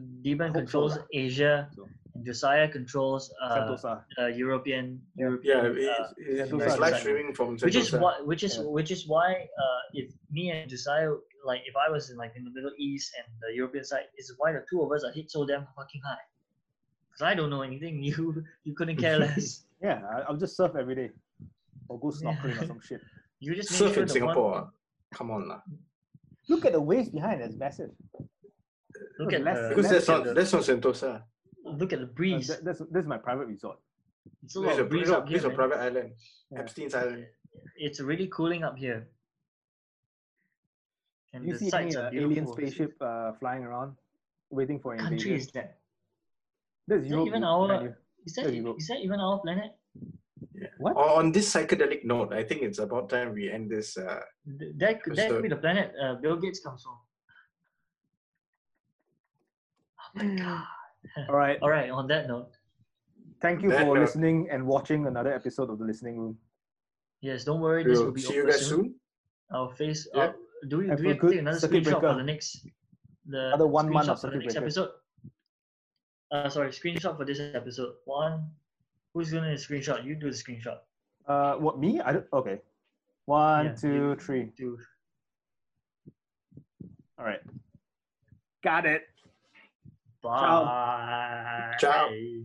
[SPEAKER 1] hope
[SPEAKER 3] Deben
[SPEAKER 1] so
[SPEAKER 3] controls
[SPEAKER 1] lah.
[SPEAKER 3] Asia.
[SPEAKER 1] So,
[SPEAKER 3] And Josiah controls uh,
[SPEAKER 1] Sentosa.
[SPEAKER 3] uh, European
[SPEAKER 1] Yeah.
[SPEAKER 2] Yeah,
[SPEAKER 3] European.
[SPEAKER 2] it's,
[SPEAKER 3] uh,
[SPEAKER 2] it's,
[SPEAKER 1] Sentosa
[SPEAKER 2] it's
[SPEAKER 1] is
[SPEAKER 2] live
[SPEAKER 1] like-
[SPEAKER 2] streaming from
[SPEAKER 3] which is
[SPEAKER 2] Sentosa.
[SPEAKER 3] why, which is
[SPEAKER 1] Yeah.
[SPEAKER 3] which is why, uh, if me and Josiah, like, if I was in like in the Middle East and the European side, is why the two of us are hit so damn fucking high. Cause I don't know anything. You you couldn't care less.
[SPEAKER 1] Yeah, I, I'll just surf every day, or go snorkeling or some shit.
[SPEAKER 3] You just make
[SPEAKER 2] Surf
[SPEAKER 3] sure
[SPEAKER 2] in
[SPEAKER 3] the
[SPEAKER 2] Singapore.
[SPEAKER 3] One,
[SPEAKER 2] ah. Come on lah.
[SPEAKER 1] Look at the waves behind; it's massive. Uh,
[SPEAKER 3] look at
[SPEAKER 1] Less-
[SPEAKER 3] the,
[SPEAKER 2] Because
[SPEAKER 1] let's
[SPEAKER 2] that's
[SPEAKER 3] look
[SPEAKER 2] not
[SPEAKER 3] at the,
[SPEAKER 2] that's not Sentosa.
[SPEAKER 3] look at the
[SPEAKER 1] Uh,
[SPEAKER 3] breeze.
[SPEAKER 1] that, that's this is my private resort.
[SPEAKER 3] It's
[SPEAKER 2] This
[SPEAKER 3] a lot
[SPEAKER 2] is a,
[SPEAKER 3] of
[SPEAKER 2] this
[SPEAKER 3] breeze
[SPEAKER 2] a,
[SPEAKER 3] up
[SPEAKER 2] this
[SPEAKER 3] here.
[SPEAKER 2] a
[SPEAKER 3] man.
[SPEAKER 2] private island.
[SPEAKER 1] Yeah.
[SPEAKER 2] Epstein's island.
[SPEAKER 3] It's really cooling up here. And
[SPEAKER 1] Do you
[SPEAKER 3] the
[SPEAKER 1] see any
[SPEAKER 3] sights
[SPEAKER 1] uh,
[SPEAKER 3] are
[SPEAKER 1] alien
[SPEAKER 3] beautiful.
[SPEAKER 1] spaceship uh, flying around, waiting for
[SPEAKER 3] What country
[SPEAKER 1] invasion?
[SPEAKER 3] is that?
[SPEAKER 1] This is
[SPEAKER 3] Is that
[SPEAKER 1] Europe.
[SPEAKER 3] even
[SPEAKER 1] you-
[SPEAKER 3] our-
[SPEAKER 1] Emmanuel.
[SPEAKER 3] Is that,
[SPEAKER 1] There you go.
[SPEAKER 3] is that even our planet?
[SPEAKER 1] What?
[SPEAKER 2] O- On this psychedelic note, I think it's about time we end this. Uh,
[SPEAKER 3] Th- That could, that could be the planet uh, Bill Gates comes from. Oh my god.
[SPEAKER 1] All right.
[SPEAKER 3] All right, on that note,
[SPEAKER 1] Thank you
[SPEAKER 2] That
[SPEAKER 1] for
[SPEAKER 2] note-
[SPEAKER 1] listening and watching another episode of the Listening Room.
[SPEAKER 3] yes, don't worry, this will
[SPEAKER 2] we'll
[SPEAKER 3] be
[SPEAKER 2] see
[SPEAKER 3] over
[SPEAKER 2] you guys
[SPEAKER 3] soon.
[SPEAKER 2] soon.
[SPEAKER 3] I'll face
[SPEAKER 2] Yeah.
[SPEAKER 3] uh, do we do
[SPEAKER 1] Apple
[SPEAKER 3] we have to
[SPEAKER 1] good
[SPEAKER 3] take another
[SPEAKER 1] circuit breaker.
[SPEAKER 3] screenshot for the next the
[SPEAKER 1] Another one month of
[SPEAKER 3] screenshot for the
[SPEAKER 1] circuit
[SPEAKER 3] next
[SPEAKER 1] breaker.
[SPEAKER 3] episode? Uh sorry, screenshot for this episode. One who's doing the screenshot? You do the screenshot.
[SPEAKER 1] Uh, what me? I don't. Okay. One,
[SPEAKER 3] Yeah,
[SPEAKER 1] two, three.
[SPEAKER 3] you- Do
[SPEAKER 1] All right. Got it.
[SPEAKER 3] bye.
[SPEAKER 2] Ciao.